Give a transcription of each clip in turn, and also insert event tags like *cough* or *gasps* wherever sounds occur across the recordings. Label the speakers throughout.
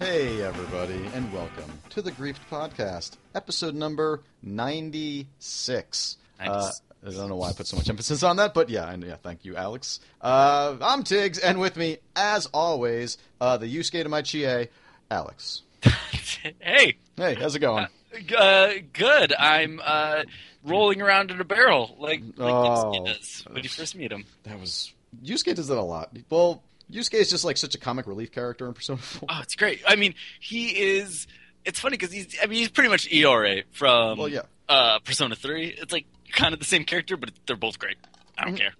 Speaker 1: Hey, everybody, and welcome to the Griefed Podcast, episode number 96. Uh,
Speaker 2: Nice.
Speaker 1: I don't know why I put so much emphasis on that, but yeah, and yeah, thank you, Alex. Uh, I'm Tiggs, and with me, as always, uh, the Yusuke to my Chie, Alex.
Speaker 2: *laughs* hey,
Speaker 1: Hey, how's it going?
Speaker 2: g- uh, good. I'm uh, rolling around in a barrel like, like
Speaker 1: Oh.
Speaker 2: Yusuke does when you first meet him.
Speaker 1: That was. Yusuke does that a lot. Well, Yusuke is just like such a comic relief character in Persona
Speaker 2: *laughs*
Speaker 1: 4.
Speaker 2: Oh, it's great. I mean, he is. It's funny because he's. I mean, he's pretty much ERA from
Speaker 1: well, yeah.
Speaker 2: uh, Persona Three. It's like kind of the same character, but they're both great. I don't
Speaker 1: Mhm.
Speaker 2: care.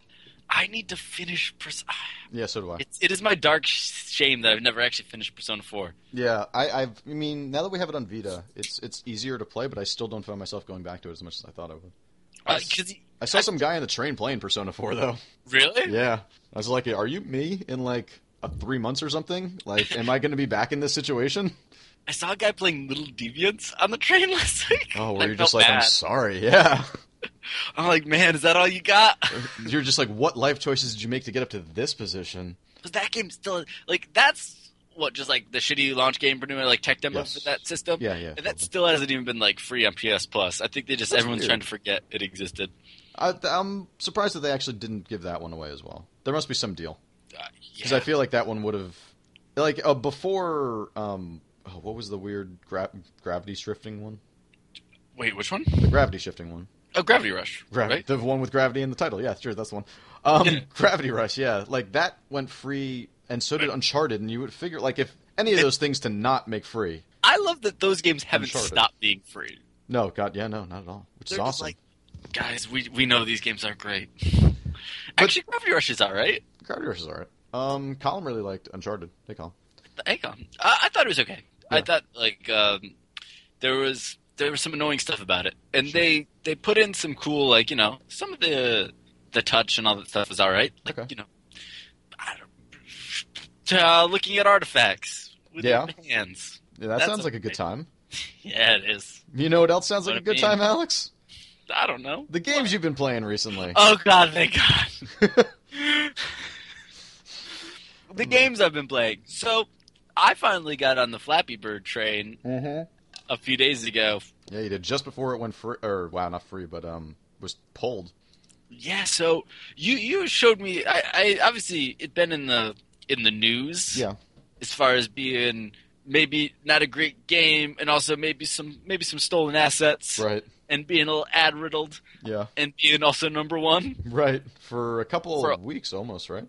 Speaker 2: I need to finish. Pers- ah,
Speaker 1: Yeah, so do I.
Speaker 2: it's, it is my dark sh- shame that I've never actually finished Persona Four.
Speaker 1: Yeah, I, I've, I mean, now that we have it on Vita, it's it's easier to play, but I still don't find myself going back to it as much as I thought I would. I, s-
Speaker 2: Because
Speaker 1: I saw some guy on the train playing Persona 4,
Speaker 2: *laughs*
Speaker 1: though.
Speaker 2: really,
Speaker 1: Yeah. I was like, are you me in like uh, three months or something? Like, am I going to be back in this situation?
Speaker 2: I saw a guy playing Little Deviants on the train *laughs* last week.
Speaker 1: Oh,
Speaker 2: I
Speaker 1: where you're
Speaker 2: felt
Speaker 1: just like, I'm
Speaker 2: bad.
Speaker 1: sorry. *laughs* Yeah.
Speaker 2: I'm like, man, is that all
Speaker 1: *laughs*
Speaker 2: you got?
Speaker 1: you're just like, what life choices did you make to get up to this position?
Speaker 2: But that game still like that's what just like the shitty launch game for new like tech
Speaker 1: Yes.
Speaker 2: demos for that system.
Speaker 1: Yeah, yeah.
Speaker 2: And that still hasn't even been like free on PS Plus. I think they just
Speaker 1: That's
Speaker 2: everyone's
Speaker 1: weird.
Speaker 2: trying to forget it existed.
Speaker 1: I, I'm surprised that they actually didn't give that one away as well. There must be some deal.
Speaker 2: Uh,
Speaker 1: because
Speaker 2: yeah.
Speaker 1: I feel like that one would have, like uh, before, um, oh, what was the weird gra- gravity shifting one?
Speaker 2: Wait, which one?
Speaker 1: The gravity shifting one,
Speaker 2: Oh, Gravity Rush.
Speaker 1: Grav-
Speaker 2: Right.
Speaker 1: the one with gravity in the title. Yeah, sure, that's the one. Um,
Speaker 2: Yeah.
Speaker 1: *laughs* Gravity Rush, yeah, like that went free, and so did Uncharted. And you would figure, like, if any of
Speaker 2: It-
Speaker 1: those things to not make free,
Speaker 2: I love that those games haven't
Speaker 1: Uncharted.
Speaker 2: stopped being free.
Speaker 1: no, God, yeah, no, not at all, which
Speaker 2: They're
Speaker 1: is
Speaker 2: just
Speaker 1: awesome.
Speaker 2: like, guys, we we know these games aren't great. Actually, Gravity Rush is all right.
Speaker 1: Gravity Rush is alright. Um, Colin really liked Uncharted. Hey, Colin.
Speaker 2: The Aegon. I, I thought it was okay. I
Speaker 1: Yeah.
Speaker 2: thought like um, there was there was some annoying stuff about it, and
Speaker 1: Sure.
Speaker 2: they they put in some cool like you know some of the the touch and all that stuff was all right. Like
Speaker 1: Okay.
Speaker 2: you know, I don't, uh, looking at artifacts with
Speaker 1: Yeah.
Speaker 2: your hands.
Speaker 1: Yeah, that
Speaker 2: That's
Speaker 1: sounds like a good
Speaker 2: amazing.
Speaker 1: time.
Speaker 2: Yeah, it is.
Speaker 1: You know what else sounds like
Speaker 2: What
Speaker 1: a
Speaker 2: a
Speaker 1: good
Speaker 2: bean.
Speaker 1: time, Alex?
Speaker 2: I don't know.
Speaker 1: The games you've been playing recently.
Speaker 2: Oh God, thank God.
Speaker 1: *laughs*
Speaker 2: the games I've been playing. So I finally got on the Flappy Bird train
Speaker 1: mm-hmm.
Speaker 2: a few days ago
Speaker 1: Yeah, you did just before it went free, or wow, not free, but um, was pulled.
Speaker 2: Yeah, so you you showed me. I, I obviously it been in the in the news.
Speaker 1: Yeah.
Speaker 2: As far as being maybe not a great game, and also maybe some maybe some stolen assets,
Speaker 1: Right.
Speaker 2: and being a little ad riddled,
Speaker 1: Yeah. *laughs*
Speaker 2: and being also number one
Speaker 1: Right. For a couple
Speaker 2: For-
Speaker 1: of weeks, almost. Right.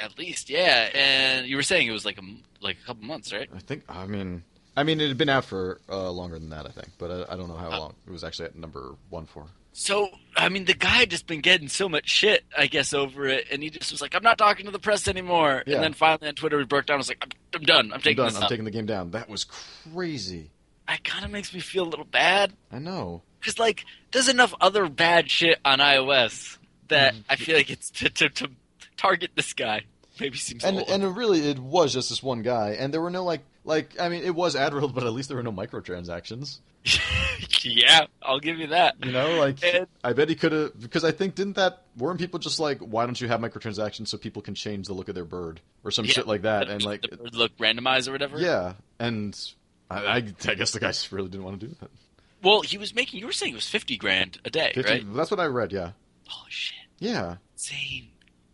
Speaker 2: at least. Yeah, and you were saying it was like a m- like a couple months, right?
Speaker 1: I think. I mean. I mean, it had been out for uh, longer than that, I think, but I, I don't know how
Speaker 2: Uh,
Speaker 1: long it was actually at number one for.
Speaker 2: So I mean, the guy had just been getting so much shit, I guess, over it, and he just was like, "I'm not talking to the press anymore."
Speaker 1: Yeah.
Speaker 2: And then finally on Twitter, he broke down. I was like, "I'm, I'm done. I'm
Speaker 1: I'm
Speaker 2: taking
Speaker 1: done.
Speaker 2: this
Speaker 1: I'm
Speaker 2: up."
Speaker 1: taking the game down. That was crazy.
Speaker 2: it kind of makes me feel a little bad.
Speaker 1: I know.
Speaker 2: because like there's enough other bad shit on iOS that
Speaker 1: Mm-hmm.
Speaker 2: I feel like it's to, to, to target this guy. Maybe seems
Speaker 1: And
Speaker 2: old.
Speaker 1: and it really, it was just this one guy, and there were no like like I mean, it was Adderall, but at least there were no microtransactions.
Speaker 2: *laughs* yeah, I'll give you that.
Speaker 1: You know, like
Speaker 2: And-
Speaker 1: I bet he could have because I think didn't that weren't people just like why don't you have microtransactions so people can change the look of their bird or some
Speaker 2: Yeah.
Speaker 1: shit like that and like
Speaker 2: The bird look randomized or whatever.
Speaker 1: yeah and I, I, I guess the guys *laughs* really didn't want to do that.
Speaker 2: Well, he was making. You were saying it was fifty grand a day,
Speaker 1: 50,
Speaker 2: right?
Speaker 1: That's what I read. Yeah,
Speaker 2: Holy shit,
Speaker 1: yeah.
Speaker 2: insane.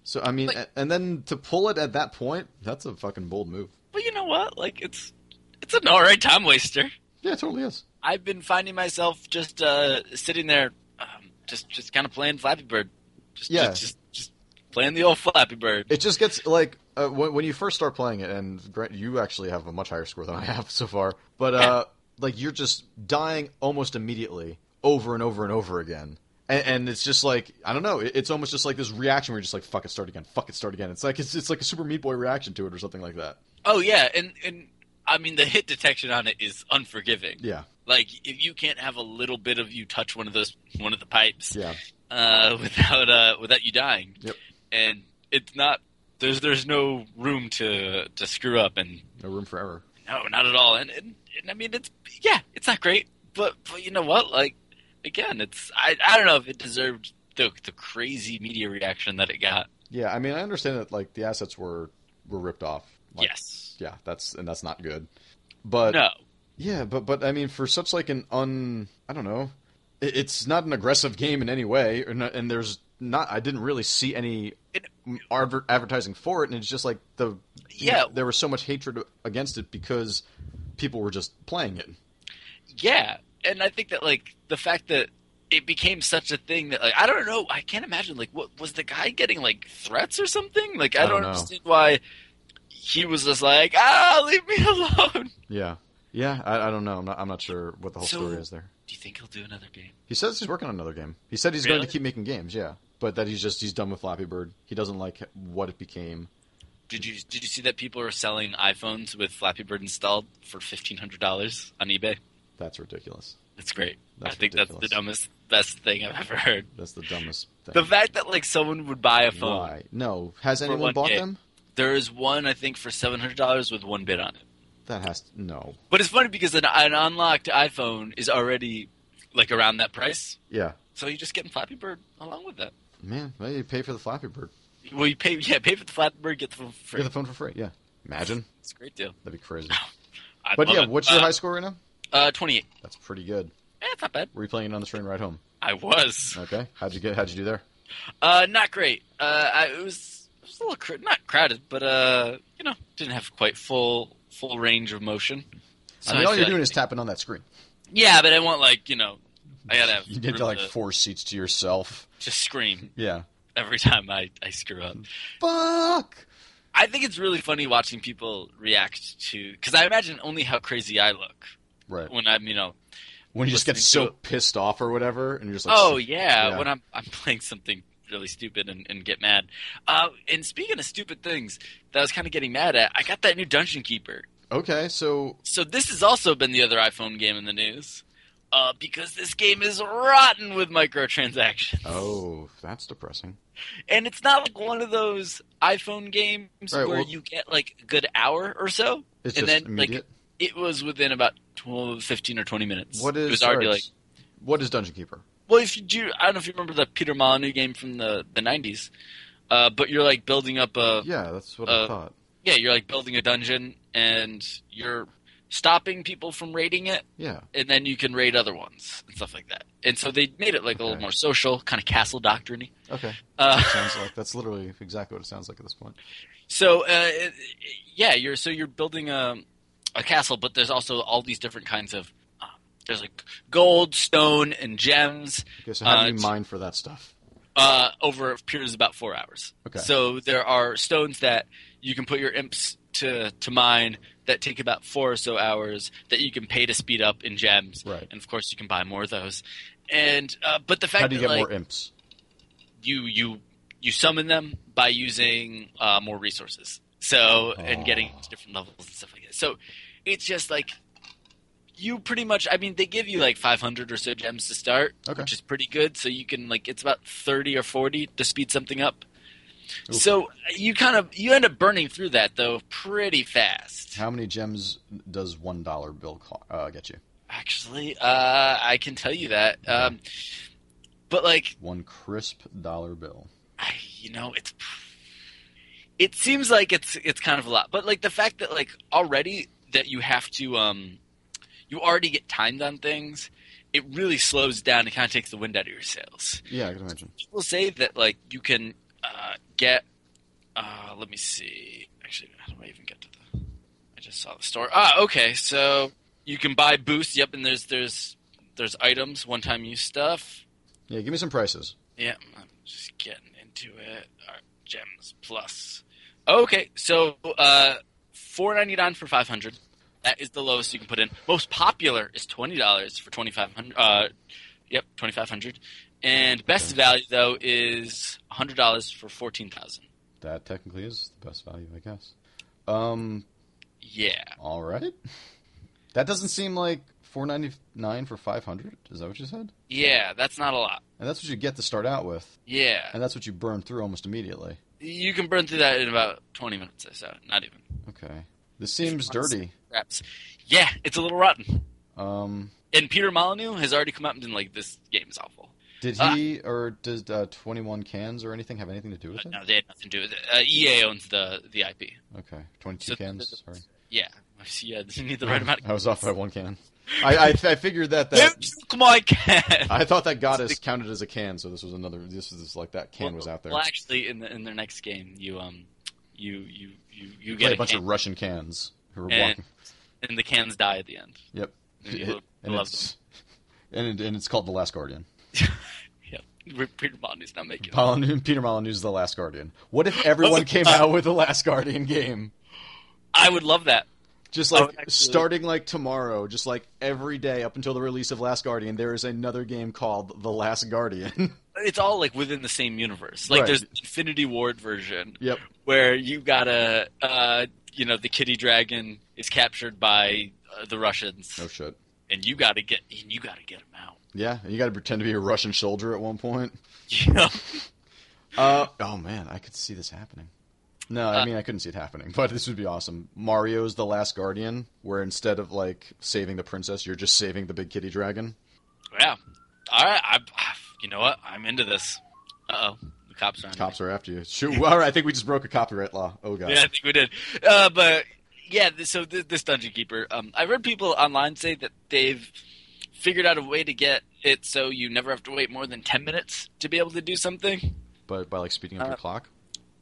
Speaker 1: So I mean,
Speaker 2: Like-
Speaker 1: a- and then to pull it at that point, that's a fucking bold move.
Speaker 2: But you know what? Like it's it's an all right time waster.
Speaker 1: Yeah, it totally is.
Speaker 2: I've been finding myself just uh, sitting there, um, just just kind of playing Flappy Bird. Just,
Speaker 1: Yeah.
Speaker 2: just, just just playing the old Flappy Bird.
Speaker 1: It just gets like uh, when, when you first start playing it, and Grant, you actually have a much higher score than I have so far. But uh, like you're just dying almost immediately, over and over and over again, and, and it's just like I don't know. It, it's almost just like this reaction where you're just like, "Fuck it, start again. Fuck it, start again." It's like it's, it's like a Super Meat Boy reaction to it or something like that.
Speaker 2: Oh yeah, and and I mean the hit detection on it is unforgiving.
Speaker 1: Yeah,
Speaker 2: Like if you can't have a little bit of you touch one of those one of the pipes
Speaker 1: yeah,
Speaker 2: uh, *laughs* without uh, without you dying.
Speaker 1: Yep.
Speaker 2: And it's not there's there's no room to to screw up and
Speaker 1: no room for error.
Speaker 2: no not at all and, and, and I mean it's yeah it's not great but but you know what like again it's I I don't know if it deserved the the crazy media reaction that it got.
Speaker 1: Yeah, I mean, I understand that like the assets were were ripped off. Like,
Speaker 2: yes.
Speaker 1: yeah, that's and that's not good. But
Speaker 2: no,
Speaker 1: yeah, but but I mean, for such like an un, I don't know, it- it's not an aggressive game in any way, or not, and there's not. I didn't really see any
Speaker 2: It-
Speaker 1: adver- advertising for it, and it's just like the
Speaker 2: Yeah.
Speaker 1: there was so much hatred against it because people were just playing it.
Speaker 2: yeah, and I think that like the fact that it became such a thing that like I don't know, I can't imagine like what was the guy getting like threats or something? Like I,
Speaker 1: I don't know.
Speaker 2: understand why he was just like ah, leave me *laughs* alone.
Speaker 1: Yeah, yeah. I, I don't know. I'm not. I'm not sure what the whole
Speaker 2: So-
Speaker 1: story is there.
Speaker 2: Do you think he'll do another game?
Speaker 1: He says he's working on another game. He said he's going
Speaker 2: Really?
Speaker 1: to keep making games. Yeah, but that he's just he's done with Flappy Bird. He doesn't like what it became.
Speaker 2: Did you did you see that people are selling iPhones with Flappy Bird installed for fifteen hundred dollars on eBay?
Speaker 1: That's ridiculous.
Speaker 2: That's great.
Speaker 1: That's
Speaker 2: I think
Speaker 1: ridiculous.
Speaker 2: that's the dumbest best thing I've ever heard.
Speaker 1: That's the dumbest thing.
Speaker 2: The fact that like someone would buy a phone.
Speaker 1: Why? No. Has
Speaker 2: For
Speaker 1: anyone
Speaker 2: one
Speaker 1: bought
Speaker 2: game.
Speaker 1: them?
Speaker 2: There is one I think for seven hundred dollars with one bid on it.
Speaker 1: That has to, no.
Speaker 2: But it's funny because an, an unlocked iPhone is already like around that price,
Speaker 1: Yeah,
Speaker 2: so you're just getting Flappy Bird along with that.
Speaker 1: man. Well, you pay for the Flappy Bird.
Speaker 2: Well, you pay *laughs* yeah pay for the Flappy Bird, get the phone for free.
Speaker 1: Get the phone for free. Yeah. Imagine
Speaker 2: It's a great deal.
Speaker 1: that'd be
Speaker 2: *laughs*
Speaker 1: crazy.
Speaker 2: I
Speaker 1: But
Speaker 2: love
Speaker 1: yeah,
Speaker 2: it.
Speaker 1: what's your
Speaker 2: uh,
Speaker 1: high score right now?
Speaker 2: Uh, twenty eight.
Speaker 1: That's pretty good.
Speaker 2: Eh, it's not bad.
Speaker 1: Were you playing it on the train ride home?
Speaker 2: I was.
Speaker 1: Okay. How'd you get? How'd you do there?
Speaker 2: Uh, not great. Uh, I, it was it was a little cr- not crowded, but uh, you know, didn't have quite full full range of motion. So
Speaker 1: I mean, all
Speaker 2: feel
Speaker 1: you're
Speaker 2: like-
Speaker 1: doing is tapping on that screen.
Speaker 2: yeah, but I want like you know, I gotta
Speaker 1: *laughs*
Speaker 2: have
Speaker 1: You need to
Speaker 2: room
Speaker 1: like four seats to yourself.
Speaker 2: just scream
Speaker 1: Yeah.
Speaker 2: every time I I screw up.
Speaker 1: Fuck.
Speaker 2: I think it's really funny watching people react to because I imagine only how crazy I look
Speaker 1: Right.
Speaker 2: when I'm you know
Speaker 1: When you just get
Speaker 2: Listening
Speaker 1: so
Speaker 2: to
Speaker 1: pissed off or whatever, and you're just like,
Speaker 2: oh yeah,
Speaker 1: yeah.
Speaker 2: when I'm I'm playing something really stupid and, and get mad. Uh, and speaking of stupid things that I was kind of getting mad at, I got that new Dungeon Keeper.
Speaker 1: Okay, so
Speaker 2: So this has also been the other iPhone game in the news, uh, because this game is rotten with microtransactions.
Speaker 1: oh, that's depressing.
Speaker 2: and it's not like one of those iPhone games
Speaker 1: Right,
Speaker 2: where
Speaker 1: well-
Speaker 2: you get like a good hour or so.
Speaker 1: It's just
Speaker 2: And then, like,
Speaker 1: immediate.
Speaker 2: It was within about 12, 15 or twenty minutes.
Speaker 1: what is
Speaker 2: it was already
Speaker 1: sorry,
Speaker 2: like?
Speaker 1: what is Dungeon Keeper?
Speaker 2: Well, if you do, I don't know if you remember the Peter Molyneux game from the the nineties, uh, but you're like building up a
Speaker 1: Yeah, that's what I
Speaker 2: uh,
Speaker 1: thought.
Speaker 2: yeah, you're like building a dungeon and you're stopping people from raiding it
Speaker 1: Yeah,
Speaker 2: and then you can raid other ones and stuff like that. And so they made it like a little
Speaker 1: Okay.
Speaker 2: more social, kind of castle doctrine.
Speaker 1: okay.
Speaker 2: *laughs* Uh,
Speaker 1: sounds like that's literally exactly what it sounds like at this point.
Speaker 2: so uh, it- yeah, you're so you're building a a castle, but there's also all these different kinds of uh, there's like gold, stone, and gems.
Speaker 1: Okay, so how
Speaker 2: Uh,
Speaker 1: do you
Speaker 2: it's-
Speaker 1: mine for that stuff?
Speaker 2: uh, over a period of about four hours.
Speaker 1: Okay.
Speaker 2: So there are stones that you can put your imps to, to mine that take about four or so hours that you can pay to speed up in gems.
Speaker 1: Right.
Speaker 2: And of course, you can buy more of those. And uh, but the fact
Speaker 1: How do you
Speaker 2: that
Speaker 1: get
Speaker 2: like
Speaker 1: more imps?
Speaker 2: you you you summon them by using uh, more resources. So and getting
Speaker 1: Aw.
Speaker 2: to different levels and stuff like that. So it's just like you pretty much. I mean, they give you like 500 or so gems to start,
Speaker 1: Okay.
Speaker 2: which is pretty good. So you can like it's about 30 or 40 to speed something up.
Speaker 1: Oof.
Speaker 2: So you kind of you end up burning through that though pretty fast.
Speaker 1: How many gems does one dollar bill co- uh, get you?
Speaker 2: Actually, uh, I can tell you that. Um, but like
Speaker 1: One crisp dollar bill.
Speaker 2: I, you know, it's it seems like it's it's kind of a lot, but like the fact that like already that you have to um you already get timed on things, it really slows down and kind of takes the wind out of your sails.
Speaker 1: Yeah, I can imagine.
Speaker 2: People say that like you can uh, get uh, let me see. Actually, how do I even get to the? I just saw the store. Ah, okay. So you can buy boosts. Yep, and there's there's there's items, one time use stuff.
Speaker 1: Yeah, give me some prices.
Speaker 2: Yeah, I'm just getting into it. All right, gems plus. Okay, so uh, four ninety nine for five hundred. That is the lowest you can put in. Most popular is twenty dollars for twenty five hundred. Uh, yep, twenty five hundred. And best value though is hundred dollars for fourteen thousand.
Speaker 1: That technically is the best value, I guess. Um,
Speaker 2: Yeah,
Speaker 1: all right. *laughs* That doesn't seem like four ninety nine for five hundred. Is that what you said?
Speaker 2: yeah, that's not a lot.
Speaker 1: And that's what you get to start out with,
Speaker 2: Yeah,
Speaker 1: and that's what you burn through almost immediately.
Speaker 2: you can burn through that in about twenty minutes or so. Not even
Speaker 1: Okay, this seems
Speaker 2: Once-
Speaker 1: dirty.
Speaker 2: wraps. Yeah, it's a little rotten.
Speaker 1: Um,
Speaker 2: And Peter Molyneux has already come out and been like, "This game is awful."
Speaker 1: did
Speaker 2: Ah.
Speaker 1: he or did uh, Twenty One Cans or anything have anything to do with
Speaker 2: Uh,
Speaker 1: it?
Speaker 2: No, they had nothing to do with it. Uh, EA owns E the the IP.
Speaker 1: Okay, Twenty Two
Speaker 2: So-
Speaker 1: Cans. Sorry.
Speaker 2: Yeah, *laughs* I see. Yeah, you need the right amount.
Speaker 1: *laughs*
Speaker 2: Of-
Speaker 1: I was off by one can. Oh. I,
Speaker 2: *laughs*
Speaker 1: I, I figured that that
Speaker 2: Don't took my can.
Speaker 1: I thought that goddess counted as a can, so this was another. This was like that can was out there.
Speaker 2: Well, actually, in the in their next game, you um, you you you you
Speaker 1: Play
Speaker 2: get
Speaker 1: a bunch
Speaker 2: can,
Speaker 1: of Russian cans who were
Speaker 2: And-
Speaker 1: walking.
Speaker 2: and the cans die at the end.
Speaker 1: Yep.
Speaker 2: *laughs* and you
Speaker 1: It-
Speaker 2: lo-
Speaker 1: and
Speaker 2: love
Speaker 1: it's *laughs* and, it, and it's called the Last Guardian.
Speaker 2: Re- Peter Molyneux's not making. it.
Speaker 1: Molyneux, Peter Molyneux's The Last Guardian. What
Speaker 2: *laughs*
Speaker 1: if everyone came out with the Last Guardian game?
Speaker 2: I would love that.
Speaker 1: Just
Speaker 2: I
Speaker 1: like
Speaker 2: would actually-
Speaker 1: starting like tomorrow, just like every day up until the release of Last Guardian, there is another game called The Last Guardian. *laughs*
Speaker 2: It's all like within the same universe. Like
Speaker 1: Right.
Speaker 2: there's the Infinity Ward version
Speaker 1: yep.
Speaker 2: where you gotta, uh, you know, the kitty dragon is captured by uh, the Russians,
Speaker 1: Oh shit.
Speaker 2: and you gotta get and you gotta get him out.
Speaker 1: Yeah, you got to pretend to be a Russian soldier at one point.
Speaker 2: *laughs* You know,
Speaker 1: Uh, *laughs* oh man, I could see this happening. No, I
Speaker 2: Uh,
Speaker 1: mean I couldn't see it happening, *laughs* but this would be awesome. Mario's The Last Guardian, where instead of like saving the princess, you're just saving the big kitty dragon.
Speaker 2: yeah. All right, I, I, you know what? I'm into this. Uh oh, the cops are on. me.
Speaker 1: Cops are after you. Shoot! *laughs* All right, I think we just broke a copyright law. Oh god.
Speaker 2: Yeah, I think we did. Uh, but yeah, th- so th- this Dungeon Keeper, um, I've heard people online say that they've figured out a way to get it so you never have to wait more than ten minutes to be able to do something.
Speaker 1: But by like speeding up
Speaker 2: Uh,
Speaker 1: your clock.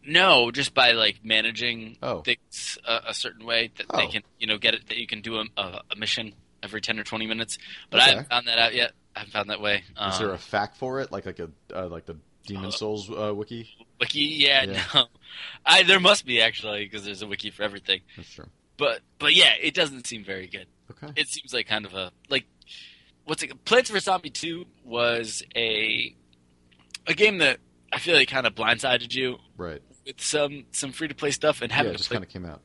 Speaker 2: No, just by like managing
Speaker 1: Oh.
Speaker 2: things a, a certain way that they
Speaker 1: Oh.
Speaker 2: can, you know, get it that you can do a, a, a mission every ten or twenty minutes. But I
Speaker 1: Okay.
Speaker 2: haven't found that out yet. I haven't found that way. Um,
Speaker 1: Is there a fact for it? Like like a uh, like the Demon
Speaker 2: Uh,
Speaker 1: Souls uh, wiki?
Speaker 2: wiki? Yeah,
Speaker 1: Yeah.
Speaker 2: no. *laughs* I, there must be actually because there's a wiki for everything.
Speaker 1: That's true.
Speaker 2: But but yeah, it doesn't seem very good.
Speaker 1: Okay.
Speaker 2: it seems like kind of a like what's it Plants vs Zombie 2 was a a game that I feel like kind of blindsided you
Speaker 1: Right.
Speaker 2: with some some free to play stuff and
Speaker 1: Yeah,
Speaker 2: having
Speaker 1: it
Speaker 2: to
Speaker 1: just
Speaker 2: play
Speaker 1: kind of came out.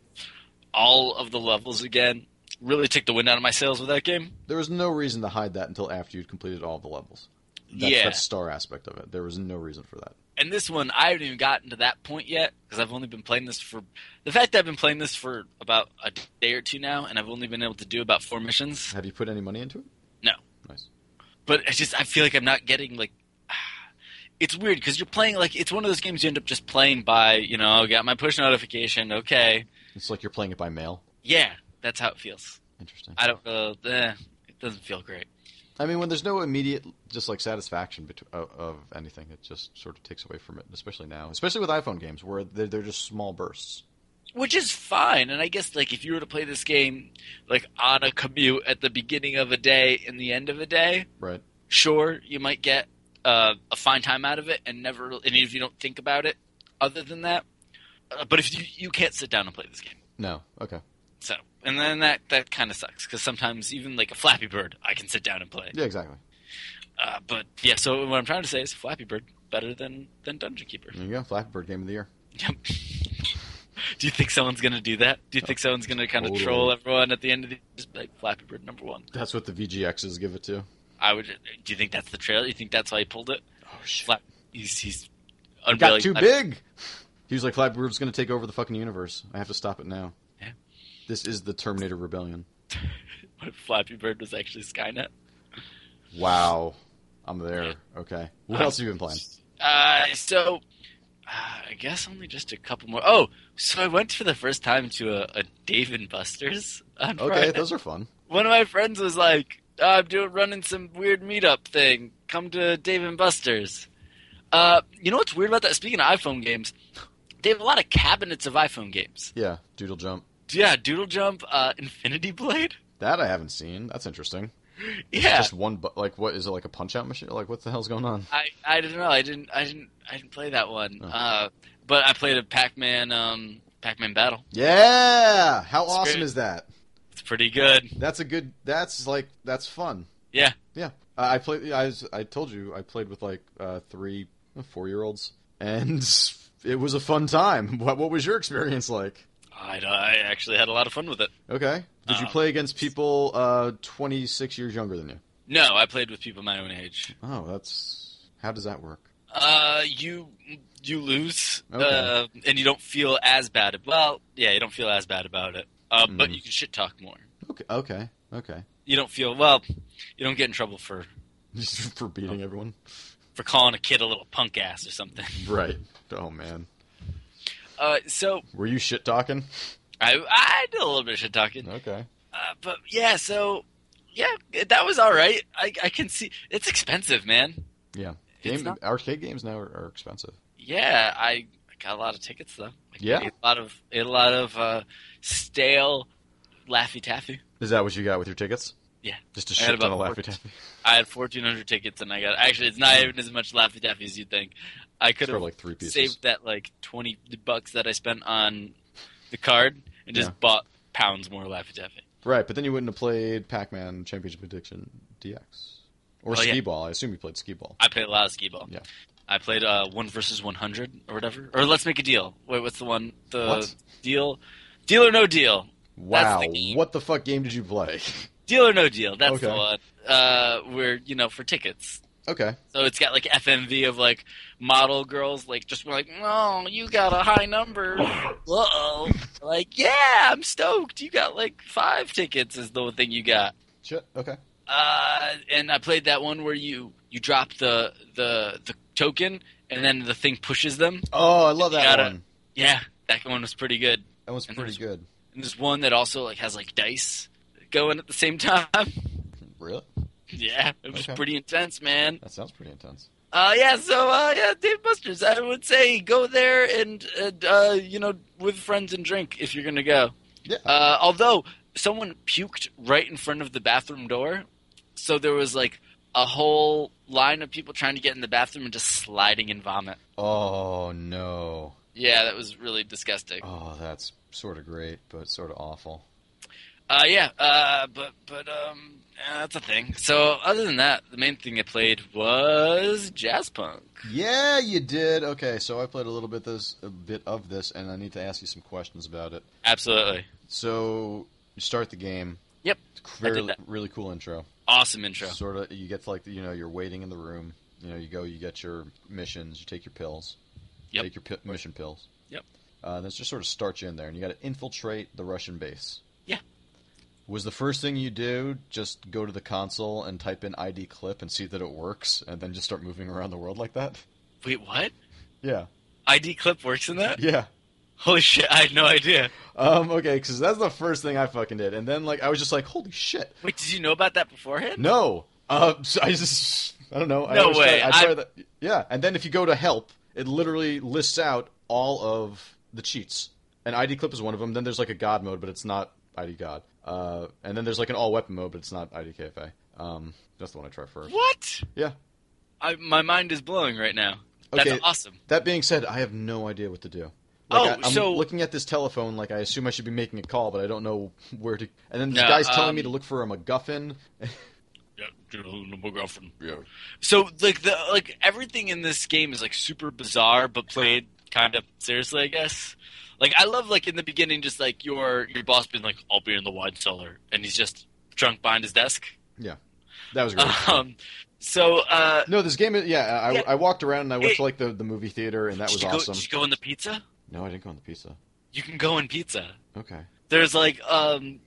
Speaker 2: all of the levels again really took the wind out of my sails with that game.
Speaker 1: There was no reason to hide that until after you'd completed all the levels. That's
Speaker 2: Yeah.
Speaker 1: that star aspect of it. There was no reason for that.
Speaker 2: And this one I haven't even gotten to that point yet because I've only been playing this for the fact that I've been playing this for about a day or two now and I've only been able to do about four missions.
Speaker 1: Have you put any money into it?
Speaker 2: No.
Speaker 1: Nice.
Speaker 2: but I just I feel like I'm not getting like *sighs* it's weird because you're playing like it's one of those games you end up just playing by you know I got my push notification okay
Speaker 1: It's like you're playing it by mail.
Speaker 2: yeah that's how it feels
Speaker 1: Interesting.
Speaker 2: I don't uh, eh, it doesn't feel great
Speaker 1: I mean, when there's no immediate, just like satisfaction bet- of, of anything, it just sort of takes away from it. Especially now, especially with iPhone games, where they're, they're just small bursts.
Speaker 2: which is fine and I guess like if you were to play this game like on a commute at the beginning of a day and the end of a day
Speaker 1: Right.
Speaker 2: sure you might get uh, a fine time out of it and never and if you don't think about it other than that uh, but if you you can't sit down and play this game.
Speaker 1: No. Okay.
Speaker 2: So, and then that that kind of sucks because sometimes even like a Flappy Bird, I can sit down and play.
Speaker 1: Yeah. Exactly.
Speaker 2: Uh, but yeah, so what I'm trying to say is Flappy Bird better than than Dungeon Keeper. *laughs*
Speaker 1: There you go. Flappy Bird Game of the Year.
Speaker 2: Yep. do you think someone's gonna do that? Do you think someone's gonna kind of
Speaker 1: Totally.
Speaker 2: troll everyone at the end of the just be like Flappy Bird number one?
Speaker 1: That's what the VGXs give it to.
Speaker 2: I would. Do you think that's the trailer? You think that's why he pulled it?
Speaker 1: Oh shit!
Speaker 2: Flap. He's he's.
Speaker 1: Got
Speaker 2: unveiling
Speaker 1: too
Speaker 2: Flappy-
Speaker 1: big. He was like, "Flappy Bird's going to take over the fucking universe. I have to stop it now."
Speaker 2: Yeah.
Speaker 1: This is the Terminator Rebellion.
Speaker 2: What if Flappy Bird was actually Skynet.
Speaker 1: Wow. I'm there. Okay. What
Speaker 2: Uh,
Speaker 1: else have you been
Speaker 2: *laughs*
Speaker 1: playing?
Speaker 2: Uh, so uh, I guess only just a couple more. Oh, so I went for the first time to a, a Dave and Buster's. On
Speaker 1: Okay,
Speaker 2: Friday.
Speaker 1: those are fun.
Speaker 2: One of my friends was like, "Uh, "I'm doing running some weird meetup thing. Come to Dave and Buster's." Uh, you know what's weird about that? Speaking of iPhone games, they have a lot of cabinets of iPhone games.
Speaker 1: Yeah, Doodle Jump.
Speaker 2: Yeah, Doodle Jump, uh, Infinity Blade.
Speaker 1: That I haven't seen. That's interesting.
Speaker 2: Yeah,
Speaker 1: Just one, bu- like, what is it? Like a punch out machine? Like, what the hell's going on?
Speaker 2: I, I don't know. I didn't I didn't I didn't play that one.
Speaker 1: Oh.
Speaker 2: Uh, but I played a Pac-Man um, Pac-Man Battle.
Speaker 1: Yeah, how
Speaker 2: It's
Speaker 1: awesome
Speaker 2: great.
Speaker 1: is that?
Speaker 2: It's pretty good.
Speaker 1: That's a good. That's like that's fun.
Speaker 2: Yeah.
Speaker 1: Yeah, I I played. I was, I told you I played with like uh, three, four year olds, and *laughs* it was a fun time. *laughs* What what was your experience like?
Speaker 2: I, I actually had a lot of fun with it.
Speaker 1: Okay, did you
Speaker 2: Um,
Speaker 1: play against people uh, twenty six years younger than you?
Speaker 2: No, I played with people my own age.
Speaker 1: Oh, that's how does that work?
Speaker 2: Uh, you you lose,
Speaker 1: Okay.
Speaker 2: uh, and you don't feel as bad. ab- Well, yeah, you don't feel as bad about it. Uh, but
Speaker 1: Mm.
Speaker 2: you can shit talk more.
Speaker 1: Okay, okay, okay. *laughs*
Speaker 2: You don't feel well. You don't get in trouble for
Speaker 1: For
Speaker 2: Oh.
Speaker 1: beating everyone,
Speaker 2: for calling a kid a little punk ass or something.
Speaker 1: right? Oh man,
Speaker 2: Uh, so
Speaker 1: were you shit talking?
Speaker 2: I I did a little bit of shit talking,
Speaker 1: Okay.
Speaker 2: uh, but yeah. So yeah, that was all right. I I can see it's expensive, man.
Speaker 1: Yeah. Game
Speaker 2: It's not-
Speaker 1: arcade games now are, are expensive.
Speaker 2: Yeah, I got a lot of tickets though. I
Speaker 1: Yeah.
Speaker 2: ate a lot of ate a lot of uh, stale laffy taffy.
Speaker 1: Is that what you got with your tickets?
Speaker 2: Yeah.
Speaker 1: Just a
Speaker 2: I had
Speaker 1: shit ton of
Speaker 2: about
Speaker 1: Laffy
Speaker 2: 14.
Speaker 1: *laughs* Taffy.
Speaker 2: I had fourteen hundred tickets, and I got actually it's not even as much laffy taffy as you'd think. I
Speaker 1: It's
Speaker 2: could
Speaker 1: for
Speaker 2: have
Speaker 1: Mm-hmm. like three pieces.
Speaker 2: saved that like twenty bucks that I spent on the card and just
Speaker 1: Yeah.
Speaker 2: bought pounds more laffy taffy.
Speaker 1: Right, but then you wouldn't have played Pac-Man Championship Edition DX or
Speaker 2: Oh,
Speaker 1: Skee
Speaker 2: yeah.
Speaker 1: Ball. I assume you played Skee Ball.
Speaker 2: I played a lot of skee ball.
Speaker 1: Yeah.
Speaker 2: I played uh, one versus one hundred or whatever. Or let's make a deal. Wait, what's the one? The
Speaker 1: What?
Speaker 2: deal, deal or no deal.
Speaker 1: Wow,
Speaker 2: the game.
Speaker 1: what the fuck game did you *laughs* play?
Speaker 2: Deal or no deal. That's the
Speaker 1: Okay.
Speaker 2: one. Uh, where you know for tickets.
Speaker 1: okay,
Speaker 2: So it's got like FMV of like model girls like just like, oh, you got a
Speaker 1: *laughs*
Speaker 2: high number. Uh oh. Like, yeah, I'm stoked. You got like five tickets is the thing you got.
Speaker 1: shit. Okay,
Speaker 2: Uh, and I played that one where you you drop the the the token and then the thing pushes them.
Speaker 1: oh, I love
Speaker 2: You
Speaker 1: that
Speaker 2: gotta-
Speaker 1: one.
Speaker 2: Yeah, that one was pretty good.
Speaker 1: That one's
Speaker 2: and
Speaker 1: pretty good.
Speaker 2: And there's one that also like has like dice going at the same *laughs* time.
Speaker 1: Really?
Speaker 2: yeah, it was
Speaker 1: Okay.
Speaker 2: pretty intense, man.
Speaker 1: That sounds pretty intense.
Speaker 2: Uh, yeah, so uh, yeah, Dave Buster's. I would say go there and and, uh, you know with friends and drink if you're gonna go.
Speaker 1: Yeah.
Speaker 2: Uh, although someone puked right in front of the bathroom door, so there was like a whole line of people trying to get in the bathroom and just sliding in vomit.
Speaker 1: Oh no.
Speaker 2: Yeah, that was really disgusting.
Speaker 1: Oh, that's sort of great, but sort of awful.
Speaker 2: Uh, yeah, uh, but but um, yeah, that's a thing. So other than that, the main thing I played was jazz punk.
Speaker 1: Yeah, you did. Okay, so I played a little bit this, a bit of this, and I need to ask you some questions about it.
Speaker 2: Absolutely
Speaker 1: So you start the game.
Speaker 2: Yep,
Speaker 1: Very,
Speaker 2: that.
Speaker 1: really cool intro.
Speaker 2: awesome intro.
Speaker 1: Sort of, you get to like you know you're waiting in the room. You know, you go, you get your missions, you take your pills,
Speaker 2: Yep.
Speaker 1: take your pi- mission pills.
Speaker 2: Yep.
Speaker 1: Uh, that's just sort of starts you in there, and you got to infiltrate the Russian base.
Speaker 2: Yeah.
Speaker 1: Was the first thing you do just go to the console and type in ID clip and see that it works, and then just start moving around the world like that?
Speaker 2: Wait, what?
Speaker 1: Yeah,
Speaker 2: ID clip works in that?
Speaker 1: yeah.
Speaker 2: Holy shit! I had no idea.
Speaker 1: Um, okay, because that's the first thing I fucking did, and then like I was just like, holy shit,
Speaker 2: Wait, did you know about that beforehand?
Speaker 1: No. Uh, so I just I don't know. I
Speaker 2: No
Speaker 1: always try-
Speaker 2: way.
Speaker 1: I try
Speaker 2: I-
Speaker 1: that- Yeah, and then if you go to help, it literally lists out all of the cheats. And ID clip is one of them. Then there's like a god mode, but it's not ID god. Uh, and then there's like an all weapon mode, but it's not IDKFA. Um, that's the one I tried first.
Speaker 2: What?
Speaker 1: Yeah.
Speaker 2: I, my mind is blowing right now. That's
Speaker 1: Okay.
Speaker 2: awesome.
Speaker 1: That being said, I have no idea what to do.
Speaker 2: Oh,
Speaker 1: I, am
Speaker 2: so-
Speaker 1: looking at this telephone, like I assume I should be making a call, but I don't know *laughs* where to. And then this
Speaker 2: No,
Speaker 1: guy's telling me
Speaker 2: um,
Speaker 1: to look for a MacGuffin.
Speaker 2: So like the like everything in this game is like super bizarre, but played kind of seriously, I guess. Like I love like in the beginning, just like your your boss being like, "I'll be in the wine cellar," and he's just drunk behind his desk.
Speaker 1: That was great.
Speaker 2: *laughs* Um, so uh,
Speaker 1: No, this game is yeah. I,
Speaker 2: Yeah.
Speaker 1: I walked around and I went
Speaker 2: It-
Speaker 1: to like the, the movie theater and that
Speaker 2: did
Speaker 1: was
Speaker 2: you go,
Speaker 1: awesome.
Speaker 2: Did you go in the pizza?
Speaker 1: No, I didn't go on the pizza.
Speaker 2: You can go in pizza.
Speaker 1: Okay.
Speaker 2: there's like um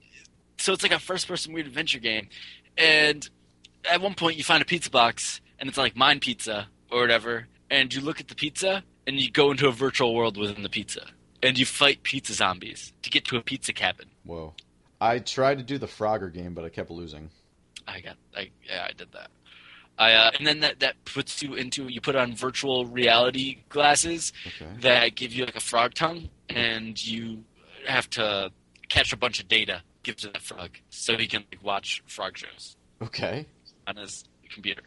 Speaker 2: so it's like a first person weird adventure game and at one point you find a pizza box and it's like mine pizza or whatever and you look at the pizza and you go into a virtual world within the pizza and you fight pizza zombies to get to a pizza cabin
Speaker 1: Whoa. I tried to do the Frogger game, but I kept losing.
Speaker 2: i got i yeah i did that I, uh, and then that, that puts you into you put on virtual reality glasses
Speaker 1: Okay.
Speaker 2: that give you like a frog tongue, and you have to catch a bunch of data give to that frog so he can like, watch frog shows
Speaker 1: Okay.
Speaker 2: on his computer.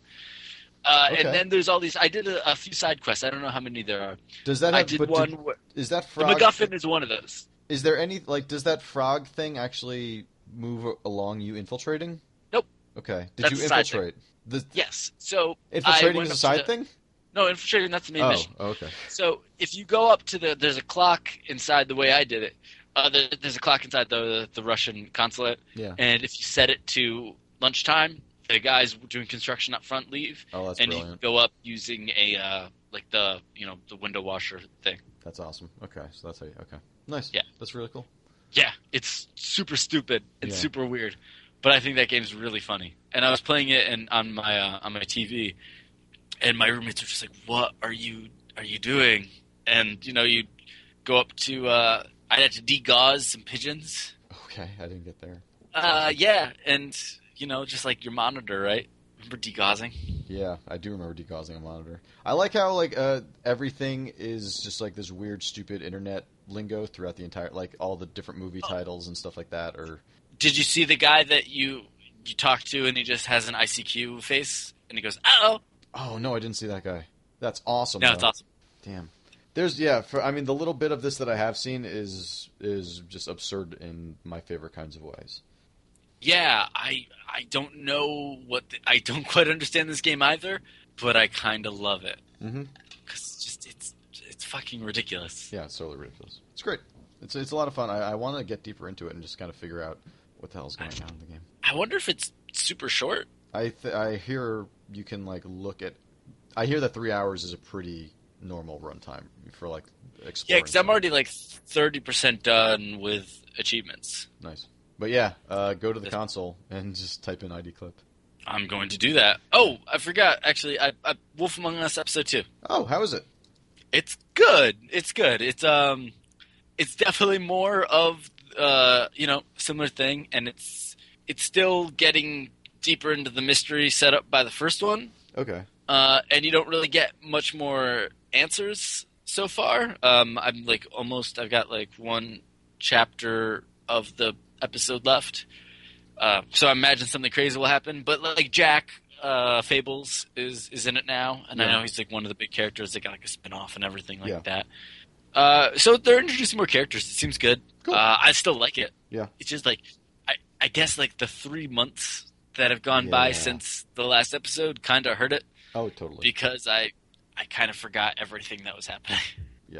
Speaker 2: Uh,
Speaker 1: Okay.
Speaker 2: And then there's all these. I did a, a few side quests. I don't know how many there are.
Speaker 1: Does that? Have,
Speaker 2: I did
Speaker 1: but
Speaker 2: one.
Speaker 1: Did,
Speaker 2: where-
Speaker 1: is that
Speaker 2: the
Speaker 1: frog?
Speaker 2: MacGuffin is one of those.
Speaker 1: Is there any like? Does that frog thing actually move along you infiltrating?
Speaker 2: Nope.
Speaker 1: Okay. Did
Speaker 2: That's
Speaker 1: you
Speaker 2: a side thing.
Speaker 1: infiltrate? The
Speaker 2: Yes. So I
Speaker 1: infiltrating
Speaker 2: went
Speaker 1: is a
Speaker 2: up
Speaker 1: side
Speaker 2: to-
Speaker 1: thing.
Speaker 2: no infiltrating. That's the main
Speaker 1: Oh.
Speaker 2: mission.
Speaker 1: Okay.
Speaker 2: So if you go up to the, there's a clock inside the way I did it. Uh, there, there's a clock inside the the Russian consulate.
Speaker 1: Yeah.
Speaker 2: And if you set it to lunchtime, the guys doing construction up front leave,
Speaker 1: Oh, that's
Speaker 2: and you
Speaker 1: brilliant.
Speaker 2: go up using a uh, like the you know the window washer thing.
Speaker 1: That's awesome. Okay. So that's how you. Okay. Nice.
Speaker 2: Yeah.
Speaker 1: That's really cool.
Speaker 2: Yeah, it's super stupid and
Speaker 1: Yeah.
Speaker 2: super weird, but I think that game's really funny. And I was playing it and on my uh, on my TV, and my roommates were just like, "What are you are you doing?" And you know you go up to uh, I had to degauze some pigeons.
Speaker 1: Okay, I didn't get there.
Speaker 2: Uh, yeah, and you know, just like your monitor, right? Remember degauzing?
Speaker 1: Yeah, I do remember degauzing a monitor. I like how like uh, everything is just like this weird, stupid internet lingo throughout the entire like all the different
Speaker 2: Oh.
Speaker 1: movie titles and stuff like that. Or
Speaker 2: Did you see the guy that you you talked to, and he just has an ICQ face, and he goes, "Uh oh,
Speaker 1: oh no, I didn't see that guy. That's awesome.
Speaker 2: no, it's
Speaker 1: though.
Speaker 2: awesome."
Speaker 1: Damn. There's yeah. For, I mean, the little bit of this that I have seen is is just absurd in my favorite kinds of ways.
Speaker 2: Yeah, I I don't know what the, I don't *laughs* quite understand this game either, but I kind of love it
Speaker 1: Mm-hmm.
Speaker 2: because just it's it's fucking ridiculous.
Speaker 1: Yeah, it's totally ridiculous. It's great. It's it's a lot of fun. I, I want to get deeper into it and just kind of figure out what the hell's going on in the game.
Speaker 2: I wonder if it's super short.
Speaker 1: I th- I hear you can like look at. I hear that three hours is a pretty normal runtime for like
Speaker 2: Yeah,
Speaker 1: exploring.
Speaker 2: because I'm
Speaker 1: something.
Speaker 2: already like thirty percent done with achievements.
Speaker 1: nice. But yeah, uh, go to the
Speaker 2: Yes.
Speaker 1: console and just type in ID clip.
Speaker 2: I'm going to do that. Oh, I forgot. Actually, I, I Wolf Among Us episode two.
Speaker 1: Oh, how is it?
Speaker 2: It's good. It's good. It's um, it's definitely more of uh, you know, similar thing, and it's it's still getting deeper into the mystery set up by the first one.
Speaker 1: Okay.
Speaker 2: uh, and you don't really get much more answers so far. Um, I'm like almost. I've got like one chapter of the episode left, uh, so I imagine something crazy will happen. But like Jack uh, Fables is is in it now, and I
Speaker 1: Yeah.
Speaker 2: know he's like one of the big characters. They got like a spin off and everything like
Speaker 1: Yeah.
Speaker 2: that. Uh, so they're introducing more characters. It seems good.
Speaker 1: Cool.
Speaker 2: Uh, I still like it.
Speaker 1: Yeah.
Speaker 2: It's just like I, I guess like the three months that have gone by
Speaker 1: Yeah.
Speaker 2: since the last episode kind of hurt it
Speaker 1: Oh, totally.
Speaker 2: because I I kind of forgot everything that was happening. *laughs*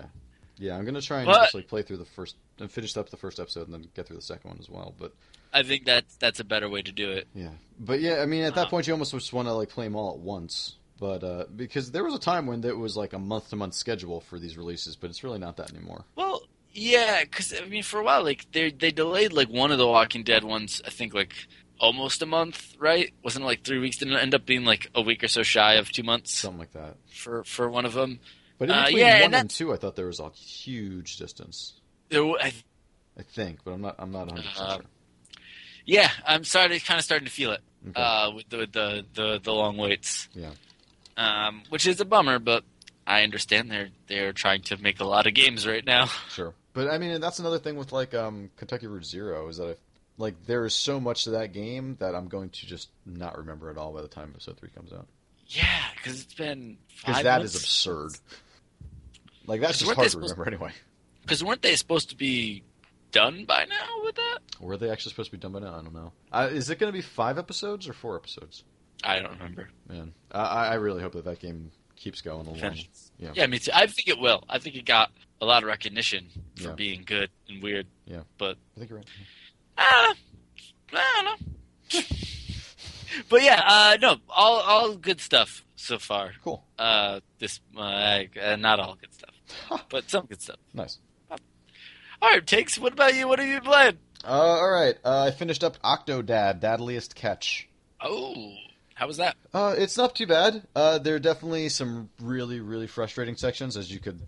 Speaker 1: yeah, I'm gonna try and
Speaker 2: But-
Speaker 1: just like play through the first and finish up the first episode and then get through the second one as well. But
Speaker 2: I think that that's a better way to do it.
Speaker 1: Yeah, but yeah, I mean, at that
Speaker 2: Uh-huh.
Speaker 1: point, you almost just want to like play them all at once. But uh, because there was a time when it was like a month to month schedule for these releases, but it's really not that anymore.
Speaker 2: Well, yeah, because I mean, for a while, like they they delayed like one of the Walking Dead ones. I think like almost a month, right? Wasn't it like three weeks? Didn't it end up being like a week or so shy of two months
Speaker 1: Something like that.
Speaker 2: for for one of them.
Speaker 1: But in
Speaker 2: Uh,
Speaker 1: between
Speaker 2: yeah, and
Speaker 1: one and,
Speaker 2: that-
Speaker 1: two, I thought there was a huge distance.
Speaker 2: There, wa- I,
Speaker 1: I think, but I'm not. I'm not 100
Speaker 2: Uh,
Speaker 1: percent sure.
Speaker 2: yeah, I'm starting kind of starting to feel it
Speaker 1: Okay.
Speaker 2: uh, with the, the the the long waits.
Speaker 1: Yeah.
Speaker 2: um, which is a bummer, but I understand they're they're trying to make a lot of games right now.
Speaker 1: Sure, but I mean, that's another thing with like um, Kentucky Route Zero is that I, like there is so much to that game that I'm going to just not remember at all by the time episode three comes out
Speaker 2: Yeah, because it's been
Speaker 1: because
Speaker 2: five
Speaker 1: that
Speaker 2: months.
Speaker 1: is absurd. Like that's just
Speaker 2: Weren't
Speaker 1: hard
Speaker 2: they
Speaker 1: to
Speaker 2: supposed-
Speaker 1: remember anyway.
Speaker 2: Because weren't they supposed to be done by now with that?
Speaker 1: Were they actually supposed to be done by now? I don't know. Uh, is it going to be five episodes or four episodes?
Speaker 2: I don't remember.
Speaker 1: Man, I, I I really hope that that game keeps going along.
Speaker 2: Finished.
Speaker 1: Yeah.
Speaker 2: Yeah, me too. I think it will. I think it got a lot of recognition for
Speaker 1: Yeah.
Speaker 2: being good and weird.
Speaker 1: Yeah.
Speaker 2: But
Speaker 1: I think you're right.
Speaker 2: I don't know. I don't know. *laughs* but yeah, uh, no, all all good stuff so far.
Speaker 1: Cool.
Speaker 2: Uh, this uh, uh, not all good stuff, but some good stuff.
Speaker 1: Nice.
Speaker 2: All right, takes. What about you? What have you been playing?
Speaker 1: Uh, all right. Uh, I finished up Octodad, Dadliest Catch.
Speaker 2: Oh, how was that?
Speaker 1: Uh, it's not too bad. Uh, there are definitely some really, really frustrating sections, as you could,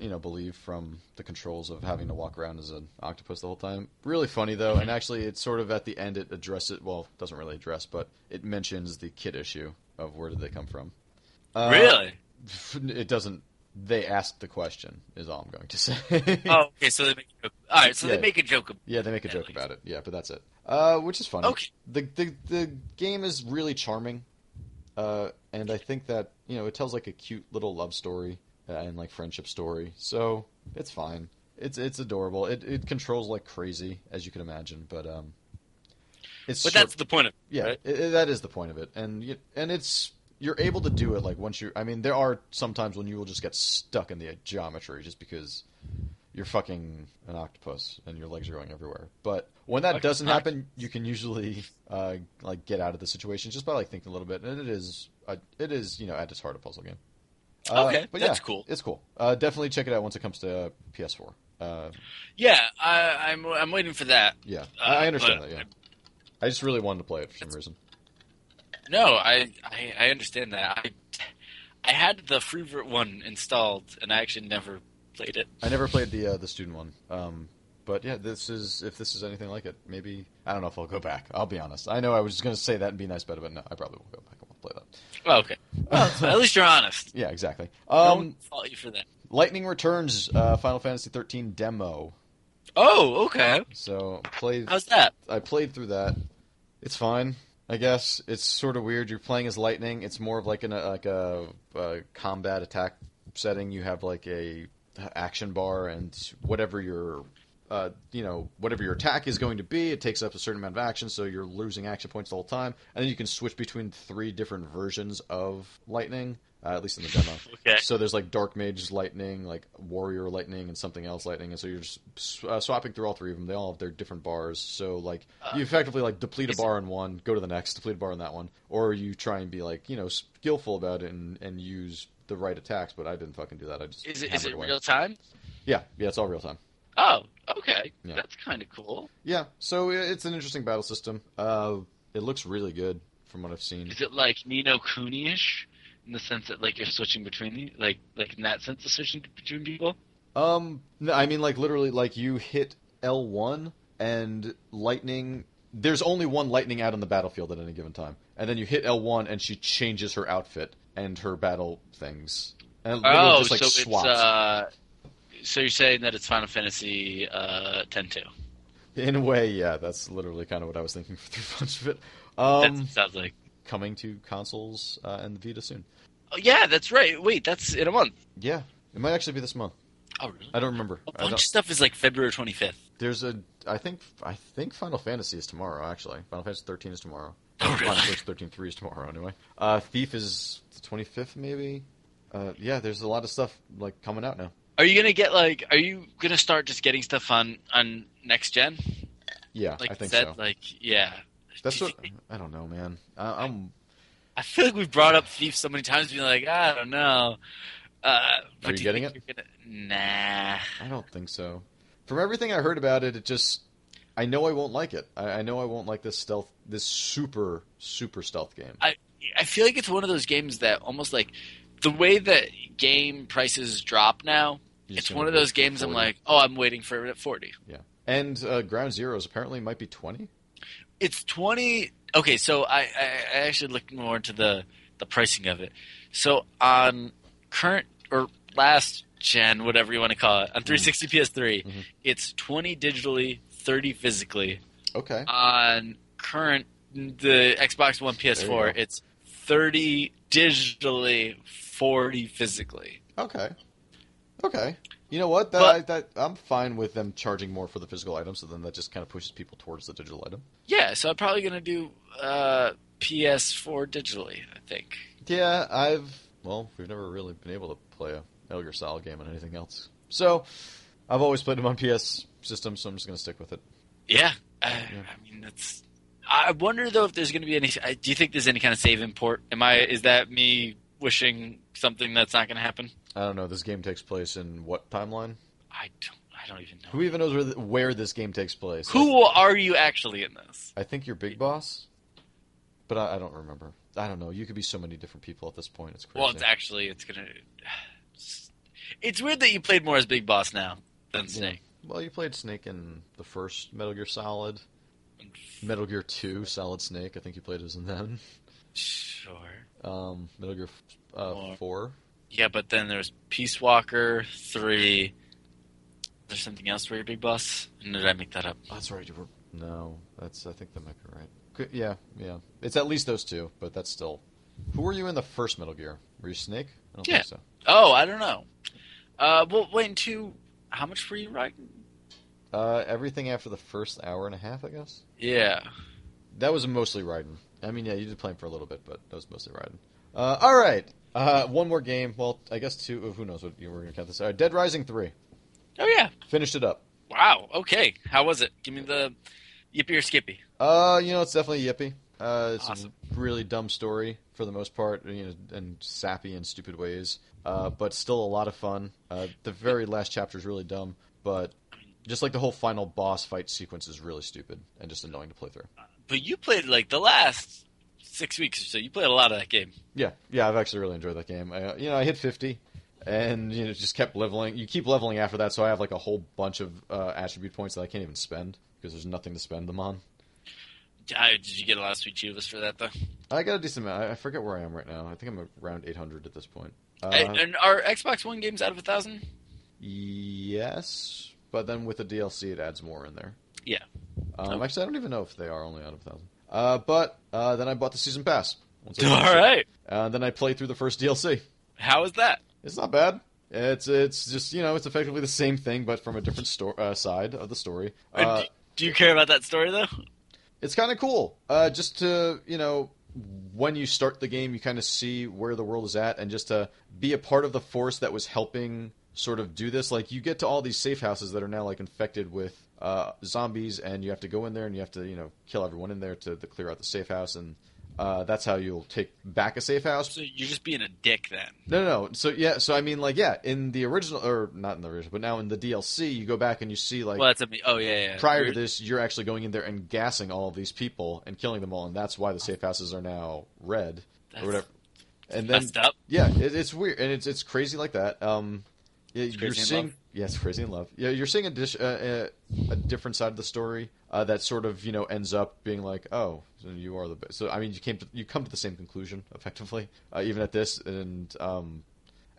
Speaker 1: you know, believe from the controls of having to walk around as an octopus the whole time. Really funny though, and actually, it's sort of at the end it addresses. Well, doesn't really address, but it mentions the kid issue of where did they come from. Uh,
Speaker 2: really?
Speaker 1: *laughs* It doesn't. They ask the question. Is all I'm going to say.
Speaker 2: Oh, okay. So they make a joke. All right, so
Speaker 1: Yeah.
Speaker 2: they make a joke. About
Speaker 1: *laughs* yeah, they make a
Speaker 2: At
Speaker 1: joke
Speaker 2: least.
Speaker 1: about it. Yeah, but that's it. Uh, which is funny.
Speaker 2: Okay.
Speaker 1: The, the the game is really charming, uh, and I think that you know it tells like a cute little love story uh, and like friendship story. So it's fine. It's it's adorable. It it controls like crazy, as you can imagine. But um, it's
Speaker 2: But
Speaker 1: short-
Speaker 2: that's the point of
Speaker 1: yeah,
Speaker 2: right?
Speaker 1: i- i- that is the point of it, and you, and it's you're able to do it like once you. I mean, there are sometimes when you will just get stuck in the geometry just because you're fucking an octopus and your legs are going everywhere. But when that
Speaker 2: Like
Speaker 1: doesn't
Speaker 2: an
Speaker 1: happen, you can usually uh, like get out of the situation just by like thinking a little bit, and it is a, it is you know at its heart a puzzle game. Uh,
Speaker 2: Okay,
Speaker 1: but
Speaker 2: that's
Speaker 1: yeah,
Speaker 2: cool.
Speaker 1: It's cool. Uh, definitely check it out once it comes to uh, PS4. Uh,
Speaker 2: Yeah, I, I'm I'm waiting for that.
Speaker 1: yeah,
Speaker 2: Uh,
Speaker 1: I I understand
Speaker 2: but-
Speaker 1: that. Yeah, I just really wanted to play it for some reason.
Speaker 2: No, I I, I understand that. I I had the free ver- one installed, and I actually never played it.
Speaker 1: I never played the uh, the student one. Um, But yeah, this is if this is anything like it, maybe I don't know if I'll go back. I'll be honest. I know I was just going to say that and be nice about it, but no, I probably won't go back. I won't play that.
Speaker 2: Well,
Speaker 1: *laughs*
Speaker 2: Oh, okay. Well, at least you're honest.
Speaker 1: Yeah, exactly.
Speaker 2: I
Speaker 1: Um,
Speaker 2: won't fault you for that.
Speaker 1: Lightning Returns, uh, Final Fantasy 13 demo.
Speaker 2: Oh, okay.
Speaker 1: So played.
Speaker 2: How's that?
Speaker 1: I played through that. It's fine, I guess. It's sort of weird. You're playing as lightning. It's more of like an uh, like a, a combat attack setting. You have like a action bar and whatever your uh, you know whatever your attack is going to be, it takes up a certain amount of action, so you're losing action points the whole time. And then you can switch between three different versions of lightning. Uh, at least in the demo.
Speaker 2: Okay.
Speaker 1: So there's like Dark Mage Lightning, like Warrior Lightning, and something else Lightning, and so you're just sw- uh, swapping through all three of them. They all have their different bars, so like you effectively like deplete a
Speaker 2: Uh, is-
Speaker 1: bar in one, go to the next, deplete a bar in that one, or you try and be like you know skillful about it and, and use the right attacks. But I didn't fucking do that. I just
Speaker 2: Is it is
Speaker 1: hammered
Speaker 2: it
Speaker 1: away.
Speaker 2: real time?
Speaker 1: Yeah, yeah, it's all real time.
Speaker 2: Oh, okay.
Speaker 1: Yeah.
Speaker 2: That's kind of cool.
Speaker 1: Yeah, so i- it's an interesting battle system. Uh, it looks really good from what I've seen.
Speaker 2: Is it like Nino Cooney-ish in the sense that like you're switching between the, like like in that sense of switching between people?
Speaker 1: Um, no, I mean, like literally, like you hit L one and lightning. There's only one lightning out on the battlefield at any given time, and then you hit L one and she changes her outfit and her battle things, and it literally
Speaker 2: Oh,
Speaker 1: just like
Speaker 2: so
Speaker 1: swaps.
Speaker 2: it's uh, so you're saying that it's Final Fantasy uh, 10 2.
Speaker 1: In a way, yeah, that's literally kind of what I was thinking *laughs* for much of it. Um,
Speaker 2: that sounds like.
Speaker 1: coming to consoles uh, and the Vita soon.
Speaker 2: Oh, yeah, that's right. Wait, that's in a month.
Speaker 1: Yeah, it might actually be this month.
Speaker 2: Oh, really?
Speaker 1: I don't remember.
Speaker 2: A
Speaker 1: I
Speaker 2: bunch of
Speaker 1: don't,
Speaker 2: stuff is like February 25th.
Speaker 1: there's a. I think I think Final Fantasy is tomorrow. Actually, Final Fantasy 13 is tomorrow.
Speaker 2: Oh, really?
Speaker 1: Final Fantasy 13 3 is tomorrow anyway. Uh, Thief is the 25th maybe. Uh, yeah, there's a lot of stuff like coming out now.
Speaker 2: Are you gonna get like? Are you gonna start just getting stuff on on next gen?
Speaker 1: Yeah,
Speaker 2: Like
Speaker 1: I think
Speaker 2: that,
Speaker 1: so.
Speaker 2: Like yeah.
Speaker 1: That's
Speaker 2: Do you
Speaker 1: what
Speaker 2: think-
Speaker 1: I don't know, man. I, I'm
Speaker 2: I feel like we've brought up Thief so many times, being like, I don't know. Uh, but
Speaker 1: you
Speaker 2: do
Speaker 1: getting
Speaker 2: think you're gonna- Nah.
Speaker 1: I don't think so. From everything I heard about it, it just I know I won't like it. I, I know I won't like this stealth, this super super stealth game.
Speaker 2: I feel like it's one of those games that almost like the way that game prices drop now.
Speaker 1: You're just
Speaker 2: it's
Speaker 1: gonna
Speaker 2: one of
Speaker 1: wait
Speaker 2: those
Speaker 1: for
Speaker 2: games I'm
Speaker 1: 40.
Speaker 2: like, oh, I'm waiting for it at 40.
Speaker 1: And uh, Ground Zeroes apparently might be 20.
Speaker 2: It's 20. Okay, so I, I, I actually looked more into the the pricing of it. So on current or last gen, whatever you want to call it, on 360 PS3,
Speaker 1: Mhm.
Speaker 2: it's 20 digitally, 30 physically.
Speaker 1: Okay.
Speaker 2: on current the Xbox One
Speaker 1: There you
Speaker 2: PS4,
Speaker 1: go.
Speaker 2: it's 30 digitally, 40 physically.
Speaker 1: Okay. Okay. You know what? That,
Speaker 2: But-
Speaker 1: I, that I'm fine with them charging more for the physical item, so then that just kind of pushes people towards the digital item.
Speaker 2: Yeah, so I'm probably going to do uh, PS4 digitally, I think.
Speaker 1: Yeah, I've well, we've never really been able to play a Metal Gear Solid game on anything else. So I've always played them on PS system, so I'm just gonna stick with it.
Speaker 2: Yeah. Uh, I mean, that's I wonder though if there's going to be any I- do you think there's any kind of save import? Am I is that me wishing something that's not going to happen?
Speaker 1: I don't know. This game takes place in what timeline?
Speaker 2: I don't I don't even know.
Speaker 1: Who even knows where, th- where this game takes place?
Speaker 2: Who are you actually in this?
Speaker 1: I think you're Big Boss, but I, I don't remember. I don't know. You could be so many different people at this point. It's crazy.
Speaker 2: Well, it's actually it's gonna. It's weird that you played more as Big Boss now than Snake.
Speaker 1: Well, you played Snake in the first Metal Gear Solid, Metal Gear Two, Solid Snake. I think you played as in then.
Speaker 2: Sure.
Speaker 1: Um, Metal Gear uh,
Speaker 2: Four.
Speaker 1: Four.
Speaker 2: Yeah, but then there's Peace Walker three. There's something else where you're Big Boss. And did I make that up?
Speaker 1: That's right. You were no. That's I think that might be right. Could- Yeah, yeah. It's at least those two, but that's still. Who were you in the first Metal Gear? Were you Snake? I don't
Speaker 2: Yeah.
Speaker 1: think so.
Speaker 2: Oh, I don't know. Uh, well, wait, and two. How much were you writing?
Speaker 1: Uh, everything after the first hour and a half, I guess.
Speaker 2: Yeah.
Speaker 1: That was mostly Raiden. I mean, yeah, you did play him for a little bit, but that was mostly Raiden. Uh, all right. Uh, one more game. Well, I guess two. Who knows what you were going to count this? All right, Dead Rising three.
Speaker 2: Oh yeah.
Speaker 1: Finished it up.
Speaker 2: Wow. Okay. How was it? Give me the yippee or skippy.
Speaker 1: Uh, you know, it's definitely yippy. Uh, it's
Speaker 2: Awesome.
Speaker 1: a really dumb story for the most part, you know, and sappy in stupid ways. Uh, but still a lot of fun. Uh, the very last chapter is really dumb, but just like the whole final boss fight sequence is really stupid and just annoying to play through.
Speaker 2: But you played like the last six weeks or so. You played a lot of that game.
Speaker 1: Yeah, yeah, I've actually really enjoyed that game. I, uh, you know, I hit fifty, and you know just kept leveling. You keep leveling after that, so I have like a whole bunch of uh, attribute points that I can't even spend because there's nothing to spend them on.
Speaker 2: Ah, Did you get a lot of sweet chivas for that though?
Speaker 1: I got a decent amount. I- I forget where I am right now. I think I'm around 800 at this point. Uh,
Speaker 2: and, and are Xbox One games out of a thousand?
Speaker 1: Yes, but then with the DLC, it adds more in there.
Speaker 2: Yeah.
Speaker 1: Um,
Speaker 2: Okay.
Speaker 1: Actually, I don't even know if they are only out of a thousand. Uh, but uh, then I bought the season pass. Once
Speaker 2: *laughs*
Speaker 1: I
Speaker 2: *laughs* All
Speaker 1: finished it.
Speaker 2: right.
Speaker 1: Uh, then I played through the first DLC.
Speaker 2: How is that?
Speaker 1: It's not bad. It's it's just you know it's effectively the same thing but from a different sto- uh, side of the story.
Speaker 2: And
Speaker 1: Uh,
Speaker 2: d- do you care about that story though?
Speaker 1: it's kind of cool. Uh, just to you know, when you start the game, you kind of see where the world is at, and just to be a part of the force that was helping sort of do this. Like you get to all these safe houses that are now like infected with uh, zombies, and you have to go in there and you have to you know kill everyone in there to, to clear out the safe house, and uh, that's how you'll take back a safe house.
Speaker 2: So you're just being a dick then.
Speaker 1: No, no, no. So yeah, so I mean, like, yeah, in the original, or not in the original, but now in the DLC, you go back and you see like
Speaker 2: well, that's a me. Oh yeah, yeah.
Speaker 1: prior to
Speaker 2: You're-
Speaker 1: this, you're actually going in there and gassing all of these people and killing them all, and that's why the safe houses are now red
Speaker 2: that's
Speaker 1: or whatever. And then
Speaker 2: messed up.
Speaker 1: yeah, it, it's weird and it's it's crazy like that. Um, yeah, you're
Speaker 2: crazy in
Speaker 1: seeing
Speaker 2: love.
Speaker 1: yeah, it's crazy in love. Yeah, you're seeing a dish, uh, uh, a different side of the story uh, that sort of you know ends up being like, oh, so you are the best. So I mean, you came to you come to the same conclusion *laughs* effectively, uh, even at this. And um,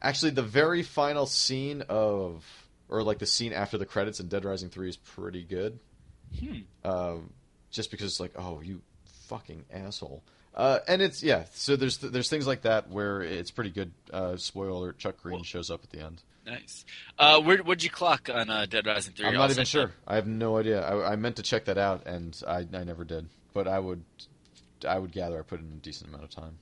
Speaker 1: actually, the very final scene of or like the scene after the credits in Dead Rising Three is pretty good
Speaker 2: Hmm.
Speaker 1: um, just because it's like, oh, you fucking asshole. Uh, and it's yeah. So there's there's things like that where it's pretty good. Uh, spoiler: alert, Chuck Green
Speaker 2: Well-
Speaker 1: shows up at the end.
Speaker 2: Nice. Uh, where would you clock on uh, Dead Rising Three?
Speaker 1: I'm not
Speaker 2: also?
Speaker 1: even sure. I have no idea. I, I meant to check that out, and I, I never did. But I would I would gather I put in a decent amount of time.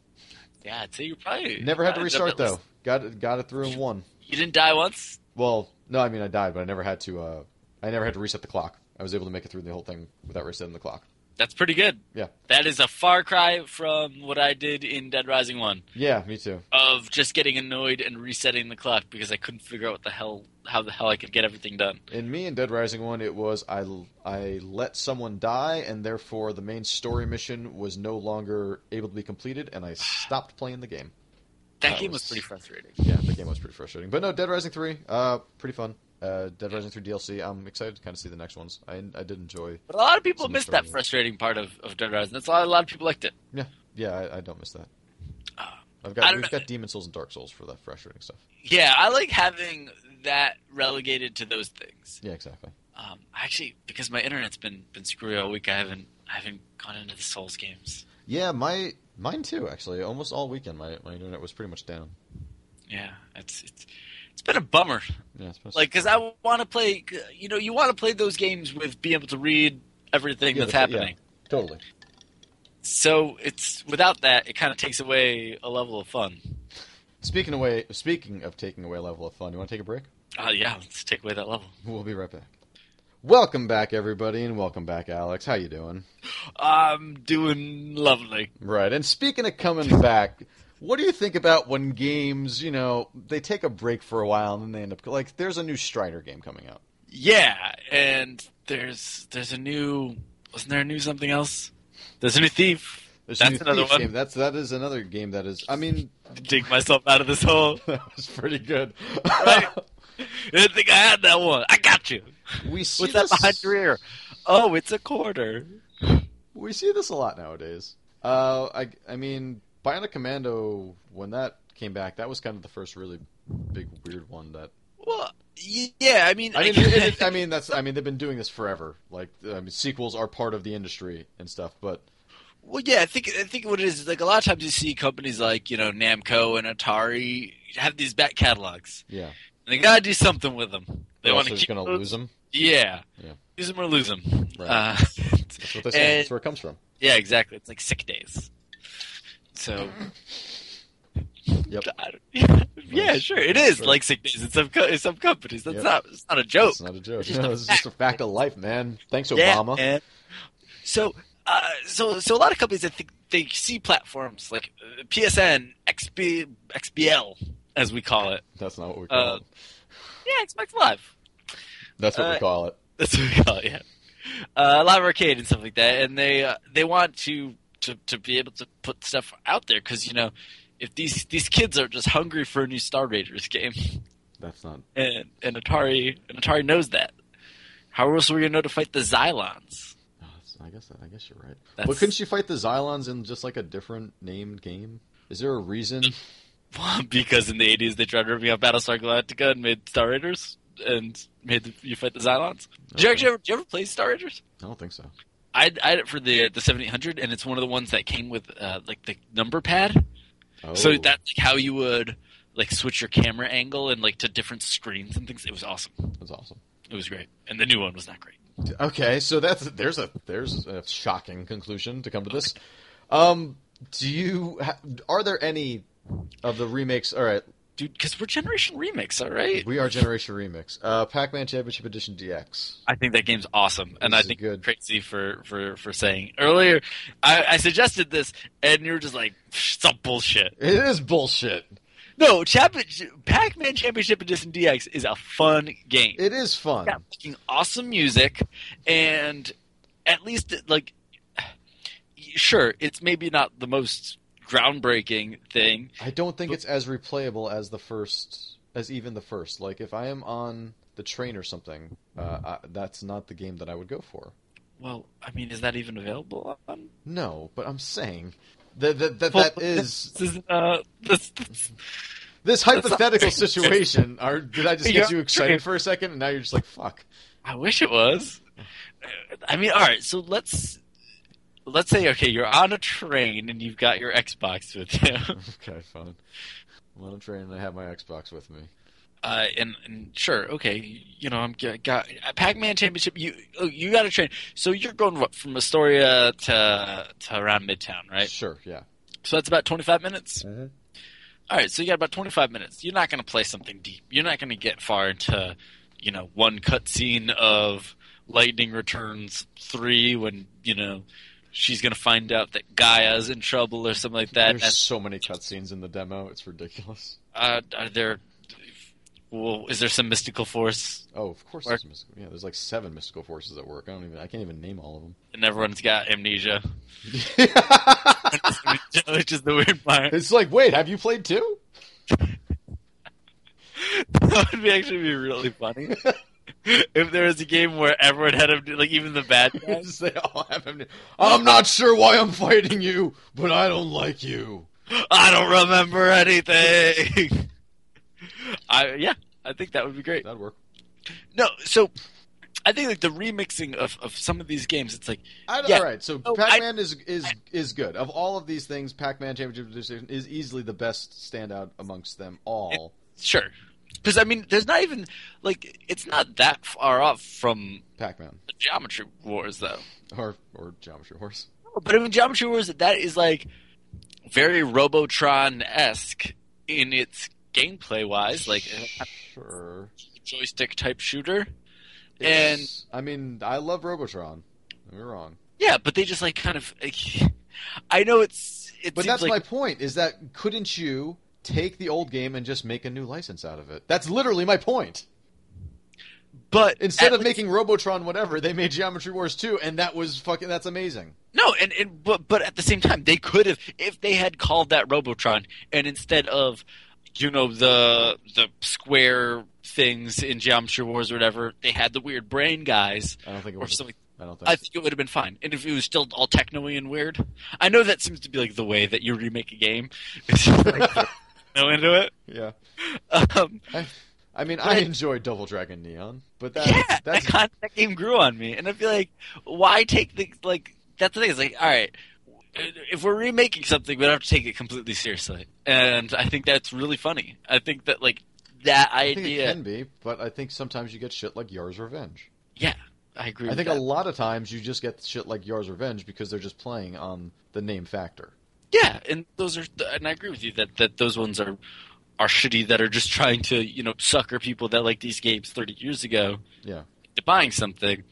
Speaker 2: Yeah, I'd say you probably
Speaker 1: Never had to
Speaker 2: probably end up
Speaker 1: restart
Speaker 2: at least-
Speaker 1: though. Got it- got it through and won.
Speaker 2: You didn't die once.
Speaker 1: Well, no, I mean I died, but I never had to. Uh, I never had to reset the clock. I was able to make it through the whole thing without resetting the clock.
Speaker 2: That's pretty good.
Speaker 1: Yeah.
Speaker 2: That is a far cry from what I did in Dead Rising One
Speaker 1: Yeah, me too.
Speaker 2: of just getting annoyed and resetting the clock because I couldn't figure out what the hell how the hell I could get everything done.
Speaker 1: In me and Dead Rising 1, it was I, I let someone die, and therefore the main story mission was no longer able to be completed, and I stopped playing the game.
Speaker 2: That,
Speaker 1: That
Speaker 2: game was
Speaker 1: was-
Speaker 2: pretty frustrating.
Speaker 1: Yeah, the game was pretty frustrating. But no, Dead Rising 3, uh, pretty fun. Uh, Dead Rising 3 DLC, I'm excited to kind of see the next ones. I, I did enjoy.
Speaker 2: But a lot of people
Speaker 1: Some
Speaker 2: missed
Speaker 1: story.
Speaker 2: that frustrating part of, of Dead Rising. That's why a lot of people liked it.
Speaker 1: Yeah, I, I don't miss that.
Speaker 2: Ah.
Speaker 1: I've
Speaker 2: I
Speaker 1: got,
Speaker 2: don't
Speaker 1: we've
Speaker 2: know.
Speaker 1: got Demon Souls and Dark Souls for that frustrating stuff.
Speaker 2: Yeah, I like having that relegated to those things.
Speaker 1: Yeah, exactly.
Speaker 2: Um, actually, because my internet's been been screwy all week, I haven't I haven't gone into the Souls games.
Speaker 1: Yeah, my mine too, actually. Almost all weekend, my, my internet was pretty much down.
Speaker 2: Yeah, it's it's it's been a bummer.
Speaker 1: Yeah, it's been-
Speaker 2: Like, because I want to play, you know, you want to play those games with being able to read everything
Speaker 1: Yeah,
Speaker 2: that's
Speaker 1: that's- yeah.
Speaker 2: happening.
Speaker 1: totally.
Speaker 2: So it's without that, it kind of takes away a level of fun.
Speaker 1: Speaking away, speaking of taking away a level of fun, you want to take a break?
Speaker 2: Oh yeah, let's take away that level.
Speaker 1: We'll be right back. Welcome back, everybody, and welcome back, Alex. How you doing?
Speaker 2: I'm doing lovely.
Speaker 1: Right. And speaking of *laughs* coming back, what do you think about when games, you know, they take a break for a while and then they end up like there's a new Strider game coming out.
Speaker 2: Yeah, and there's there's a new wasn't there a new something else? There's a new thief.
Speaker 1: There's
Speaker 2: That's
Speaker 1: a new
Speaker 2: another
Speaker 1: Thief
Speaker 2: one.
Speaker 1: Game. That's that is another game that is. I mean, *laughs*
Speaker 2: To dig myself out of this hole. *laughs*
Speaker 1: that was pretty good.
Speaker 2: Right. I didn't think I had that one. I got you.
Speaker 1: *laughs* we see
Speaker 2: What's that
Speaker 1: this-
Speaker 2: behind your ear? Oh, it's a quarter.
Speaker 1: We see this a lot nowadays. Uh, I, I mean, Bionic Commando, when that came back, that was kind of the first really big weird one that.
Speaker 2: Well, y- yeah. I mean,
Speaker 1: I
Speaker 2: *laughs*
Speaker 1: mean, *laughs*
Speaker 2: I-
Speaker 1: it, it- I mean that's I mean they've been doing this forever. Like, I mean, sequels are part of the industry and stuff. But
Speaker 2: Well, yeah, I think I think what it is is like a lot of times you see companies like you know Namco and Atari have these back catalogs.
Speaker 1: yeah,
Speaker 2: And they gotta do something with them. They
Speaker 1: Or
Speaker 2: want
Speaker 1: else they're just
Speaker 2: to keep
Speaker 1: going to
Speaker 2: those-
Speaker 1: lose them.
Speaker 2: Yeah.
Speaker 1: Yeah.
Speaker 2: use them or lose them.
Speaker 1: Right.
Speaker 2: Uh, *laughs*
Speaker 1: That's what they say.
Speaker 2: And-
Speaker 1: that's where it comes from.
Speaker 2: yeah, exactly. It's like sick days. So.
Speaker 1: Yep.
Speaker 2: I don't- *laughs* yeah,
Speaker 1: Nice.
Speaker 2: sure. It is
Speaker 1: Sure.
Speaker 2: like sick days in some co- in some companies. That's
Speaker 1: Yep.
Speaker 2: not it's not a joke.
Speaker 1: It's not a joke. *laughs*
Speaker 2: It's just
Speaker 1: No,
Speaker 2: a
Speaker 1: it's just a fact of life, man. Thanks, Obama.
Speaker 2: Yeah, man. So, uh, so, so a lot of companies I think they see platforms like uh, PSN, XB, XBL, as we call it.
Speaker 1: That's not what we call
Speaker 2: Uh,
Speaker 1: it.
Speaker 2: Yeah, Xbox Live.
Speaker 1: That's what we
Speaker 2: uh,
Speaker 1: call it.
Speaker 2: That's what we call it. Yeah, uh, Live Arcade and stuff like that, and they uh, they want to, to to be able to put stuff out there because you know if these these kids are just hungry for a new Star Raiders game,
Speaker 1: That's not.
Speaker 2: and and Atari and Atari knows that. How else were you know to fight the Xylons?
Speaker 1: oh, that's- I guess I guess you're right. But
Speaker 2: That's-
Speaker 1: couldn't you fight the Xylons in just like a different named game? Is there a reason?
Speaker 2: *laughs* because in the eighties they tried ripping off Battlestar Galactica and made Star Raiders and made the, you fight the Xylons. Did you
Speaker 1: Okay.
Speaker 2: actually ever, did you ever play Star Raiders?
Speaker 1: I don't think so.
Speaker 2: I had- I had it for the the seventy eight hundred, and it's one of the ones that came with uh, like the number pad.
Speaker 1: Oh.
Speaker 2: So that's like how you would like switch your camera angle and like to different screens and things. It was awesome.
Speaker 1: that's awesome.
Speaker 2: It was great, and the new one was not great.
Speaker 1: Okay, so that's there's a there's a shocking conclusion to come to this. Um, do you ha- are there any of the remakes? All right,
Speaker 2: Dude, because we're Generation Remix, all right?
Speaker 1: we are Generation Remix, uh, Pac-Man Championship Edition DX.
Speaker 2: I think that game's awesome, and
Speaker 1: This
Speaker 2: I
Speaker 1: is
Speaker 2: think
Speaker 1: good.
Speaker 2: crazy for for for saying earlier. I, I suggested this, and you were just like, "Psh, "It's all bullshit."
Speaker 1: It is bullshit.
Speaker 2: No, Chap- Pac-Man Championship Edition DX is a fun game.
Speaker 1: It is fun.
Speaker 2: got fucking awesome music, and at least like, sure, it's maybe not the most groundbreaking thing.
Speaker 1: I don't think it's as replayable as the first, as even the first. Like if I am on the train or something, uh, I, that's not the game that I would go for.
Speaker 2: Well, I mean, is that even available? On?
Speaker 1: No, but I'm saying that that that,
Speaker 2: Well,
Speaker 1: that is
Speaker 2: This is uh, this, this-
Speaker 1: this
Speaker 2: *laughs*
Speaker 1: hypothetical
Speaker 2: That's not-
Speaker 1: situation. Are did I just get
Speaker 2: Yeah.
Speaker 1: you excited for a second, and now you're just like
Speaker 2: *laughs*
Speaker 1: fuck?
Speaker 2: I wish it was. I mean, all right, so let's let's say okay, you're on a train and you've got your Xbox with you,
Speaker 1: Okay, fine. I'm on a train and I have my Xbox with me.
Speaker 2: uh, and, and sure, okay, you know, I'm g- got Pac-Man Championship. You oh, you got a train, so you're going what, from Astoria to to around Midtown, right?
Speaker 1: Sure, yeah.
Speaker 2: So that's about 25 minutes.
Speaker 1: Mhm.
Speaker 2: All right, so you got about 25 minutes. You're not going to play something deep. You're not going to get far into, you know, one cutscene of Lightning Returns 3 when, you know, she's going to find out that Gaia's in trouble or something like that.
Speaker 1: There's
Speaker 2: That's-
Speaker 1: so many cutscenes in the demo; it's ridiculous.
Speaker 2: uh, are there. Well, is there some mystical force
Speaker 1: Oh, of course, there's mystical. Yeah, there's like seven mystical forces at work. I don't even. I can't even name all
Speaker 2: *laughs*
Speaker 1: of them.
Speaker 2: and everyone's got amnesia? Which is the weird part.
Speaker 1: it's like, wait, have you played two?
Speaker 2: that would be actually be really funny. if there was a game where everyone had amnesia, like even the bad guys.
Speaker 1: Yes, *laughs* they all have amne- I'm not sure why I'm fighting you, but I don't like you.
Speaker 2: I don't remember anything. I yeah, I think that would be great.
Speaker 1: That'd work.
Speaker 2: No, so I think like the remixing of, of some of these games, it's like
Speaker 1: I,
Speaker 2: Yeah.
Speaker 1: All right, so
Speaker 2: Oh, I-
Speaker 1: Pac-Man is is is good. Of all of these things, Pac-Man Championship Edition is easily the best standout amongst them all.
Speaker 2: sure, because I mean, there's not even like it's not that far off from
Speaker 1: Pac-Man
Speaker 2: Geometry Wars though.
Speaker 1: or or Geometry Wars.
Speaker 2: But I mean, Geometry Wars that is like very Robotron esque in its gameplay wise, like a
Speaker 1: sure.
Speaker 2: joystick type shooter.
Speaker 1: It's- I mean, I love Robotron. Don't get me wrong.
Speaker 2: Yeah, but they just like kind of. Like, I know it's. It
Speaker 1: But
Speaker 2: seems
Speaker 1: that's
Speaker 2: like,
Speaker 1: my point. Is that couldn't you take the old game and just make a new license out of it? That's literally my point.
Speaker 2: But
Speaker 1: Instead
Speaker 2: at
Speaker 1: of
Speaker 2: least-
Speaker 1: making Robotron whatever, they made Geometry Wars 2, and that was fucking that's amazing.
Speaker 2: no, and, and but but at the same time, they could have if they had called that Robotron, and instead of you know the the square things in Geometry Wars or whatever, they had the weird brain guys
Speaker 1: I don't think it
Speaker 2: or
Speaker 1: was.
Speaker 2: something.
Speaker 1: I don't think.
Speaker 2: I think it would have been fine, and if it was still all techno-y and weird. I know that seems to be like the way that you remake a game. *laughs* It's like, no into it.
Speaker 1: yeah.
Speaker 2: Um,
Speaker 1: I mean,
Speaker 2: But-
Speaker 1: I enjoyed Double Dragon Neon, but that
Speaker 2: yeah, that
Speaker 1: that's
Speaker 2: kind that game grew on me, and I feel like why take the like that's the thing. It's like all right, if we're remaking something, we have to take it completely seriously, and I think that's really funny. I think that like that
Speaker 1: I think it
Speaker 2: idea.
Speaker 1: can be, but I think sometimes you get shit like Yar's Revenge.
Speaker 2: yeah, I agree.
Speaker 1: I
Speaker 2: with
Speaker 1: think
Speaker 2: that.
Speaker 1: a lot of times you just get shit like Yar's Revenge because they're just playing on the name factor.
Speaker 2: yeah, and those are and I agree with you that that those ones are are shitty that are just trying to you know sucker people that like these games thirty years ago.
Speaker 1: Yeah.
Speaker 2: to buying something.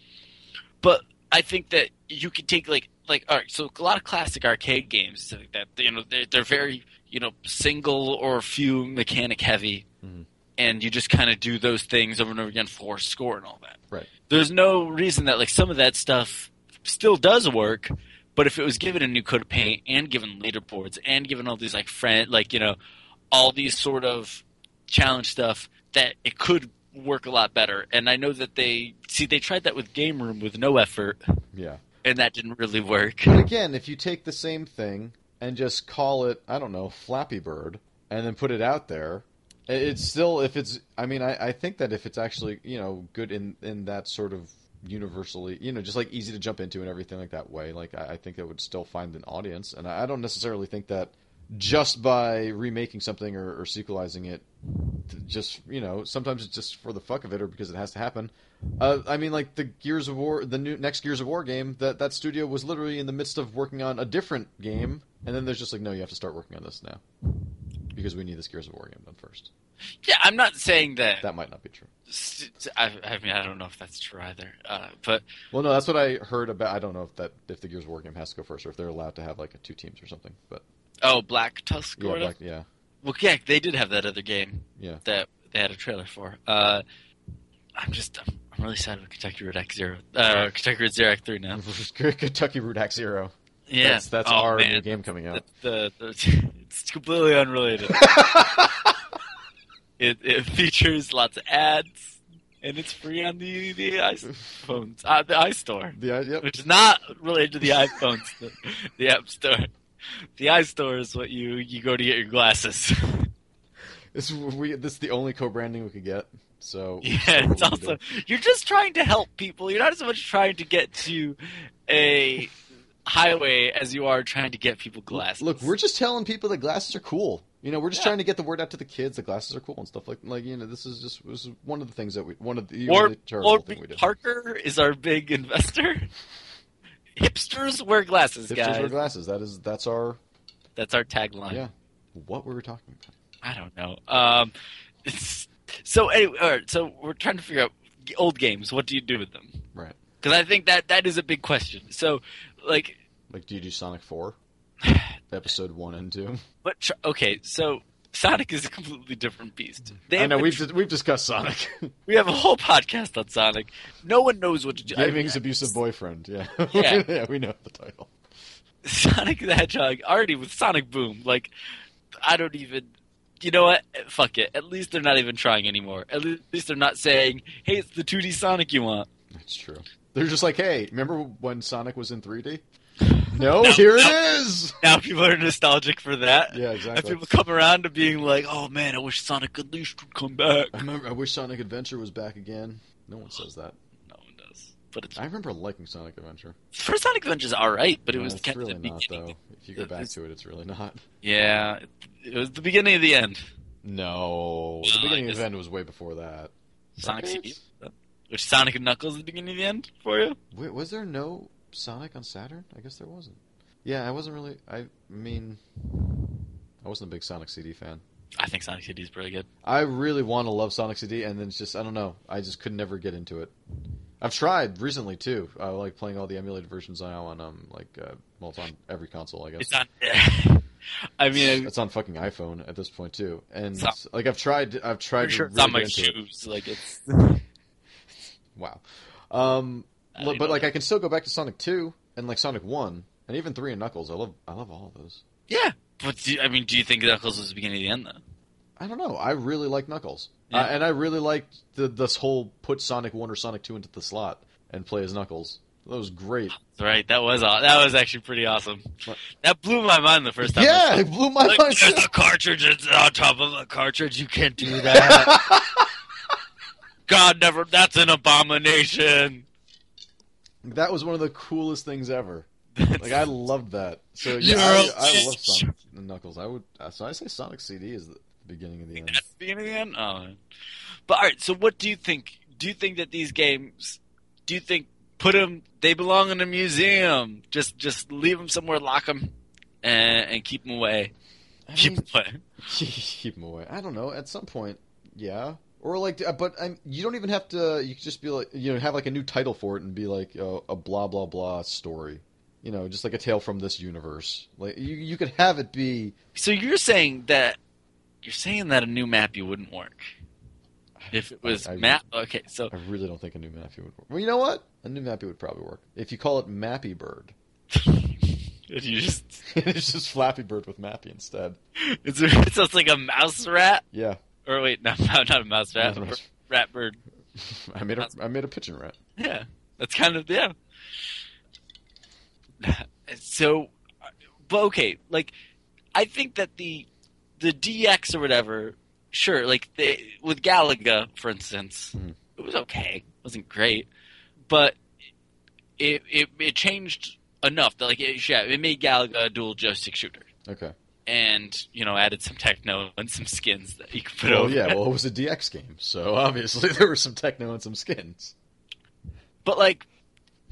Speaker 2: But I think that you could take like like all right, so a lot of classic arcade games so that you know they're, they're very you know single or few mechanic heavy,
Speaker 1: Mhm.
Speaker 2: and you just kind of do those things over and over again for score and all that.
Speaker 1: Right.
Speaker 2: There's no reason that like some of that stuff still does work, But if it was given a new coat of paint and given leaderboards and given all these like friend like you know all these sort of challenge stuff that it could work a lot better. And I know that they see they tried that with Game Room with no effort
Speaker 1: Yeah.
Speaker 2: and that didn't really work. *laughs*
Speaker 1: But again, if you take the same thing and just call it, I don't know, Flappy Bird, and then put it out there, i- it's still if it's. I mean, I, I think that if it's actually you know good in in that sort of universally, you know, just like easy to jump into and everything like that way, like I, I think it would still find an audience. And I, I don't necessarily think that just by remaking something or, or sequelizing it, t- just you know, sometimes it's just for the fuck of it or because it has to happen. Uh, I mean, like the Gears of War, the new next Gears of War game. That that studio was literally in the midst of working on a different game, and then there's just like, no, you have to start working on this now because we need this Gears of War game done first.
Speaker 2: Yeah, I'm not saying that.
Speaker 1: That might not be true.
Speaker 2: I, I mean, I don't know if that's true either. Uh, but
Speaker 1: Well, no, that's what I heard about. I don't know if that if the Gears of War game has to go first or if they're allowed to have like two teams or something. But
Speaker 2: oh, Black Tusk.
Speaker 1: yeah,
Speaker 2: or whatever.
Speaker 1: like, yeah,
Speaker 2: Well, yeah, they did have that other game
Speaker 1: yeah.
Speaker 2: that they had a trailer for. Uh, I'm just I'm, I'm really sad with Kentucky Road Act Zero. Uh, Kentucky Road Zero Act
Speaker 1: *laughs*
Speaker 2: Three now.
Speaker 1: Kentucky Route Act Zero.
Speaker 2: Yeah,
Speaker 1: that's, that's
Speaker 2: Oh,
Speaker 1: our
Speaker 2: man.
Speaker 1: new game coming out.
Speaker 2: The, the, the, *laughs* it's completely unrelated.
Speaker 1: *laughs*
Speaker 2: It, it features lots of ads, and it's free on the the iPhones, uh, the iStore,
Speaker 1: yeah, yep.
Speaker 2: which is not related to the iPhones, the, the App Store. The iStore is what you you go to get your glasses. *laughs*
Speaker 1: This we this is the only co-branding we could get. So
Speaker 2: *laughs* yeah, it's also you're just trying to help people. You're not as much trying to get to a highway as you are trying to get people glasses.
Speaker 1: Look, we're just telling people that glasses are cool. You know, we're just
Speaker 2: Yeah.
Speaker 1: trying to get the word out to the kids that glasses are cool and stuff like like you know. This is just this is one of the things that we one of the,
Speaker 2: or
Speaker 1: really terrible
Speaker 2: or
Speaker 1: thing we did.
Speaker 2: Parker is our big investor. *laughs* Hipsters wear glasses,
Speaker 1: Hipsters
Speaker 2: guys.
Speaker 1: wear glasses. That is that's our
Speaker 2: That's our tagline.
Speaker 1: yeah. What we were talking about.
Speaker 2: I don't know. Um, *laughs* it's, so anyway, all right, so we're trying to figure out g- old games. What do you do with them?
Speaker 1: Right.
Speaker 2: Because I think that that is a big question. So, like,
Speaker 1: Like, do you do Sonic
Speaker 2: *sighs*
Speaker 1: Four, episode one and two?
Speaker 2: but tr- okay, so Sonic is a completely different beast. They
Speaker 1: I know
Speaker 2: have-
Speaker 1: we've dis- we've discussed *laughs* Sonic.
Speaker 2: we have a whole podcast on Sonic. No one knows what to do. I mean,
Speaker 1: Gaming's abusive boyfriend. Yeah.
Speaker 2: *laughs* Yeah.
Speaker 1: *laughs* yeah. We know the title.
Speaker 2: Sonic the Hedgehog already with Sonic Boom. Like, I don't even. You know what? Fuck it. At least they're not even trying anymore. At le- at least they're not saying, "Hey, it's the 2D Sonic you want."
Speaker 1: That's true. They're just like, hey, remember when Sonic was in
Speaker 2: *laughs*
Speaker 1: 3D? No, here it is.
Speaker 2: Now people are nostalgic for that.
Speaker 1: Yeah,
Speaker 2: And
Speaker 1: exactly.
Speaker 2: people come around to being like, "Oh man, I wish Sonic Unleashed would
Speaker 1: *laughs*
Speaker 2: come back."
Speaker 1: I remember. I wish Sonic Adventure was back again. No one says that.
Speaker 2: No one does. But it's
Speaker 1: I remember liking Sonic Adventure.
Speaker 2: first Sonic Adventure's all right, but it
Speaker 1: No,
Speaker 2: was
Speaker 1: it's
Speaker 2: kind
Speaker 1: really
Speaker 2: of the
Speaker 1: not
Speaker 2: beginning.
Speaker 1: though. If you go back
Speaker 2: It's-
Speaker 1: to it, it's really not.
Speaker 2: Yeah, it, it was the beginning of the end.
Speaker 1: No,
Speaker 2: No,
Speaker 1: the beginning
Speaker 2: I
Speaker 1: of
Speaker 2: guess-
Speaker 1: the end was way before that.
Speaker 2: Sonic
Speaker 1: Right?
Speaker 2: CD, which Sonic and Knuckles is the beginning of the end for you.
Speaker 1: Wait, was there no Sonic on Saturn? I guess there wasn't. Yeah, I wasn't really. I mean, I wasn't a big Sonic CD fan.
Speaker 2: I think Sonic CD is pretty good.
Speaker 1: I really want to love Sonic CD, and then it's just I don't know. I just could never get into it. I've tried recently too. I like playing all the emulated versions now on um like uh, well, it's on every console, I guess.
Speaker 2: It's not. *laughs* I mean,
Speaker 1: it's on fucking iPhone at this point too, and
Speaker 2: So-
Speaker 1: like I've tried, I've tried
Speaker 2: I'm
Speaker 1: to
Speaker 2: sure it's
Speaker 1: really
Speaker 2: on my
Speaker 1: get into it.
Speaker 2: shoes.
Speaker 1: *laughs*
Speaker 2: Like it's.
Speaker 1: Wow, um,
Speaker 2: I
Speaker 1: li-
Speaker 2: mean,
Speaker 1: but like I can still go back to Sonic Two and like Sonic One and even Three and Knuckles. I love, I love all of those.
Speaker 2: Yeah, but do, I mean, do you think Knuckles was the beginning of the end though?
Speaker 1: I don't know. I really like Knuckles,
Speaker 2: Yeah.
Speaker 1: uh, and I really liked the, this whole put Sonic One or Sonic Two into the slot and play as Knuckles. That was great.
Speaker 2: That's right. That was aw- that was actually pretty awesome.
Speaker 1: What?
Speaker 2: That blew my mind the first time. I
Speaker 1: yeah, *laughs*
Speaker 2: saw it.
Speaker 1: it blew my
Speaker 2: Like,
Speaker 1: mind.
Speaker 2: there's a cartridge it's on top of a cartridge. You can't
Speaker 1: *laughs*
Speaker 2: do that. *laughs* God never. That's an abomination. *laughs*
Speaker 1: that was one of the coolest things ever.
Speaker 2: That's-
Speaker 1: Like I loved that. So yeah,
Speaker 2: You're
Speaker 1: I,
Speaker 2: a
Speaker 1: I love
Speaker 2: bitch.
Speaker 1: Sonic and Knuckles. I would. uh, So I say Sonic CD is the beginning of the end.
Speaker 2: That's the beginning of the end. Oh, man. but all right. So, what do you think? Do you think that these games? Do you think put them? They belong in a museum. Just just leave them somewhere, lock them, and, and keep them away.
Speaker 1: I
Speaker 2: Keep
Speaker 1: mean, *laughs*
Speaker 2: 'em away.
Speaker 1: keep them away. I don't know. At some point, yeah. Or like, uh, but I'm, you don't even have to. You could just be like, you know, have like a new title for it and be like uh, a blah blah blah story. You know, just like a tale from this universe. Like you, you could have it be.
Speaker 2: So you're saying that you're saying that a new map you wouldn't work if it was
Speaker 1: I- I-
Speaker 2: map. Okay, so *laughs*
Speaker 1: I really don't think a new Mappy would work. Well, you know what? A new Mappy would probably work if you call it Mappy Bird.
Speaker 2: And you just
Speaker 1: *laughs*
Speaker 2: *laughs*
Speaker 1: it's just Flappy Bird with Mappy instead.
Speaker 2: it's, it sounds like a mouse rat.
Speaker 1: Yeah,
Speaker 2: Or wait, *laughs* not not a mouse rat,
Speaker 1: Not a
Speaker 2: a
Speaker 1: mouse.
Speaker 2: rat bird.
Speaker 1: *laughs* I made a I made a pigeon rat.
Speaker 2: Yeah, that's kind of yeah. *laughs* So, but okay, like I think that the the DX or whatever, sure, like the, with Galaga, for instance,
Speaker 1: Mhm.
Speaker 2: it was okay, it wasn't great, but it it, it changed enough that like it, yeah, it made Galaga a dual joystick shooter.
Speaker 1: Okay.
Speaker 2: And you know, added some techno and some skins that you could put
Speaker 1: Well,
Speaker 2: over.
Speaker 1: yeah.
Speaker 2: it.
Speaker 1: Well, it was a DX game, so *laughs* obviously there were some techno and some skins.
Speaker 2: but like,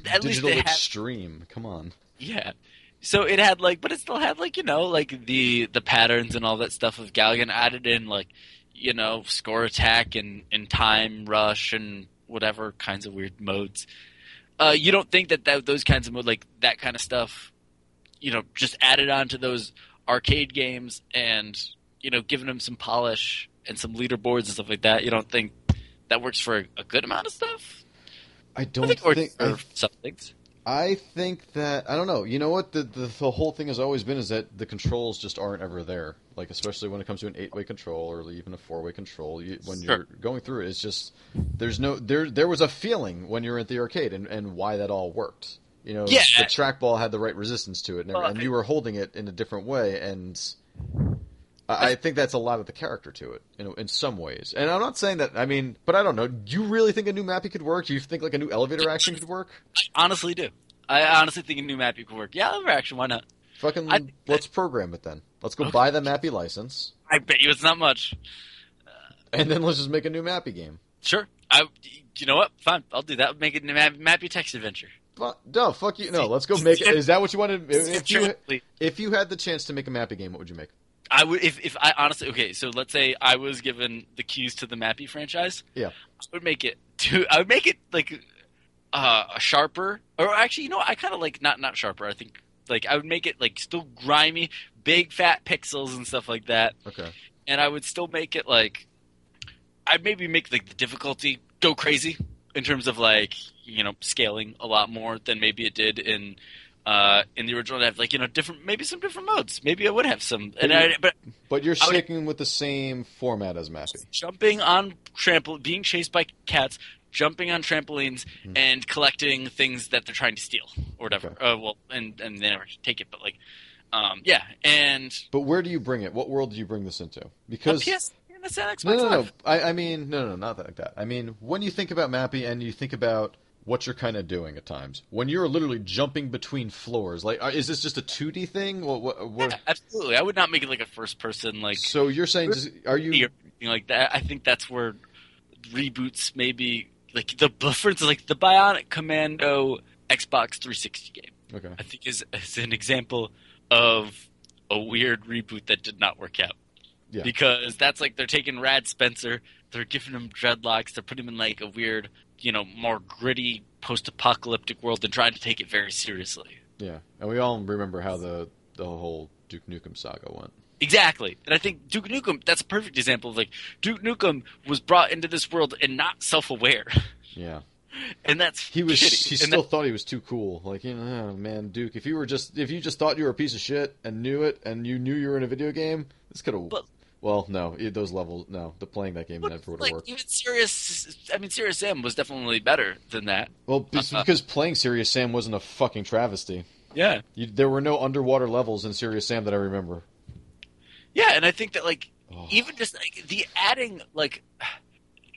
Speaker 2: at least
Speaker 1: Digital
Speaker 2: they had
Speaker 1: Extreme. Come on.
Speaker 2: Yeah. So it had like, but it still had like you know like the the patterns and all that stuff of Galgan added in like you know score attack and and time rush and whatever kinds of weird modes. Uh, you don't think that, that those kinds of mode like that kind of stuff, you know, just added on to those arcade games and you know giving them some polish and some leaderboards and stuff like that. You don't think that works for a, a good amount of stuff?
Speaker 1: I don't
Speaker 2: or,
Speaker 1: think.
Speaker 2: or
Speaker 1: I,
Speaker 2: some things.
Speaker 1: I think that I don't know. You know what? The, the the whole thing has always been is that the controls just aren't ever there. Like especially when it comes to an eight way control or even a four way control. You, when
Speaker 2: Sure.
Speaker 1: you're going through it, it's just there's no there. There was a feeling when you were at the arcade and and why that all worked. You know,
Speaker 2: Yeah.
Speaker 1: the trackball had the right resistance to it, and, every-
Speaker 2: Well,
Speaker 1: and
Speaker 2: I-
Speaker 1: you were holding it in a different way and. I I think that's a lot of the character to it in, in some ways. And I'm not saying that, I mean, but I don't know. Do you really think a new mappy could work? Do you think like a new elevator action could work?
Speaker 2: I honestly do. I honestly think a new map could work. Yeah, liver action. Why not?
Speaker 1: Fucking
Speaker 2: I-
Speaker 1: let's program it then. Let's go
Speaker 2: Okay.
Speaker 1: buy the Mappy license,
Speaker 2: I bet you it's not much.
Speaker 1: and then let's just make a new Mappy game.
Speaker 2: Sure. I. You know what? Fine. I'll do that. Make it a map, mappy text adventure.
Speaker 1: Fu- No, fuck you. No, let's go make. Is that what you wanted? If you
Speaker 2: Truthfully,
Speaker 1: if you had the chance to make a Mappy game, what would you make?
Speaker 2: I would. If, if I honestly okay. So let's say I was given the keys to the mappy franchise.
Speaker 1: Yeah.
Speaker 2: I would make it. To, I would make it like uh, a sharper. Or actually, you know, what? I kind of like not not sharper. I think like I would make it like still grimy, big fat pixels and stuff like that.
Speaker 1: Okay.
Speaker 2: and I would still make it like I'd maybe make like the difficulty go crazy in terms of like you know scaling a lot more than maybe it did in uh, in the original. I'd have like you know different maybe some different modes. Maybe I would have some, and I, but
Speaker 1: But you're
Speaker 2: I would-
Speaker 1: sticking with the same format as Mappy.
Speaker 2: jumping on trample, being chased by cats, jumping on trampolines,
Speaker 1: Hmm.
Speaker 2: and collecting things that they're trying to steal or whatever.
Speaker 1: Okay.
Speaker 2: Uh, well, and and they never take it, but like um, yeah, and
Speaker 1: But where do you bring it? What world do you bring this into?
Speaker 2: a
Speaker 1: Because
Speaker 2: PS and that's an Xbox
Speaker 1: no, no, no.
Speaker 2: Live.
Speaker 1: I, I mean, no, no, not like that. I mean, when you think about Mappy and you think about what you're kind of doing at times, when you're literally jumping between floors, like, are- is this just a 2D thing? What? What? what
Speaker 2: Yeah, absolutely. I would not make it like a first person like
Speaker 1: so you're saying, just, are you?
Speaker 2: or anything like that. I think that's where reboots maybe like the *laughs* for instance like the Bionic Commando Xbox 360 game.
Speaker 1: Okay.
Speaker 2: I think is is an example of a weird reboot that did not work out.
Speaker 1: Yeah.
Speaker 2: Because that's like they're taking Rad Spencer, they're giving him dreadlocks, they're putting him in like a weird, you know, more gritty post-apocalyptic world and trying to take it very seriously.
Speaker 1: Yeah, and we all remember how the the whole Duke Nukem saga went.
Speaker 2: Exactly. And I think Duke Nukem, that's a perfect example of like Duke Nukem was brought into this world and not self aware.
Speaker 1: Yeah,
Speaker 2: And that's
Speaker 1: he was.
Speaker 2: shitty.
Speaker 1: He
Speaker 2: And
Speaker 1: still thought he was too cool. Like, you know, oh, man, Duke, if you were just if you just thought you were a piece of shit and knew it, and you knew you were in a video game, this could have.
Speaker 2: But-
Speaker 1: Well, no, it- those levels, no, the playing that game
Speaker 2: that-
Speaker 1: never would have
Speaker 2: like,
Speaker 1: worked.
Speaker 2: even Serious, I mean, Serious Sam was definitely better than that.
Speaker 1: Well,
Speaker 2: *laughs*
Speaker 1: because, because playing Serious Sam wasn't a fucking travesty.
Speaker 2: Yeah,
Speaker 1: You, there were no underwater levels in Serious Sam that I remember.
Speaker 2: yeah, and I think that like
Speaker 1: Oh,
Speaker 2: even just like the adding like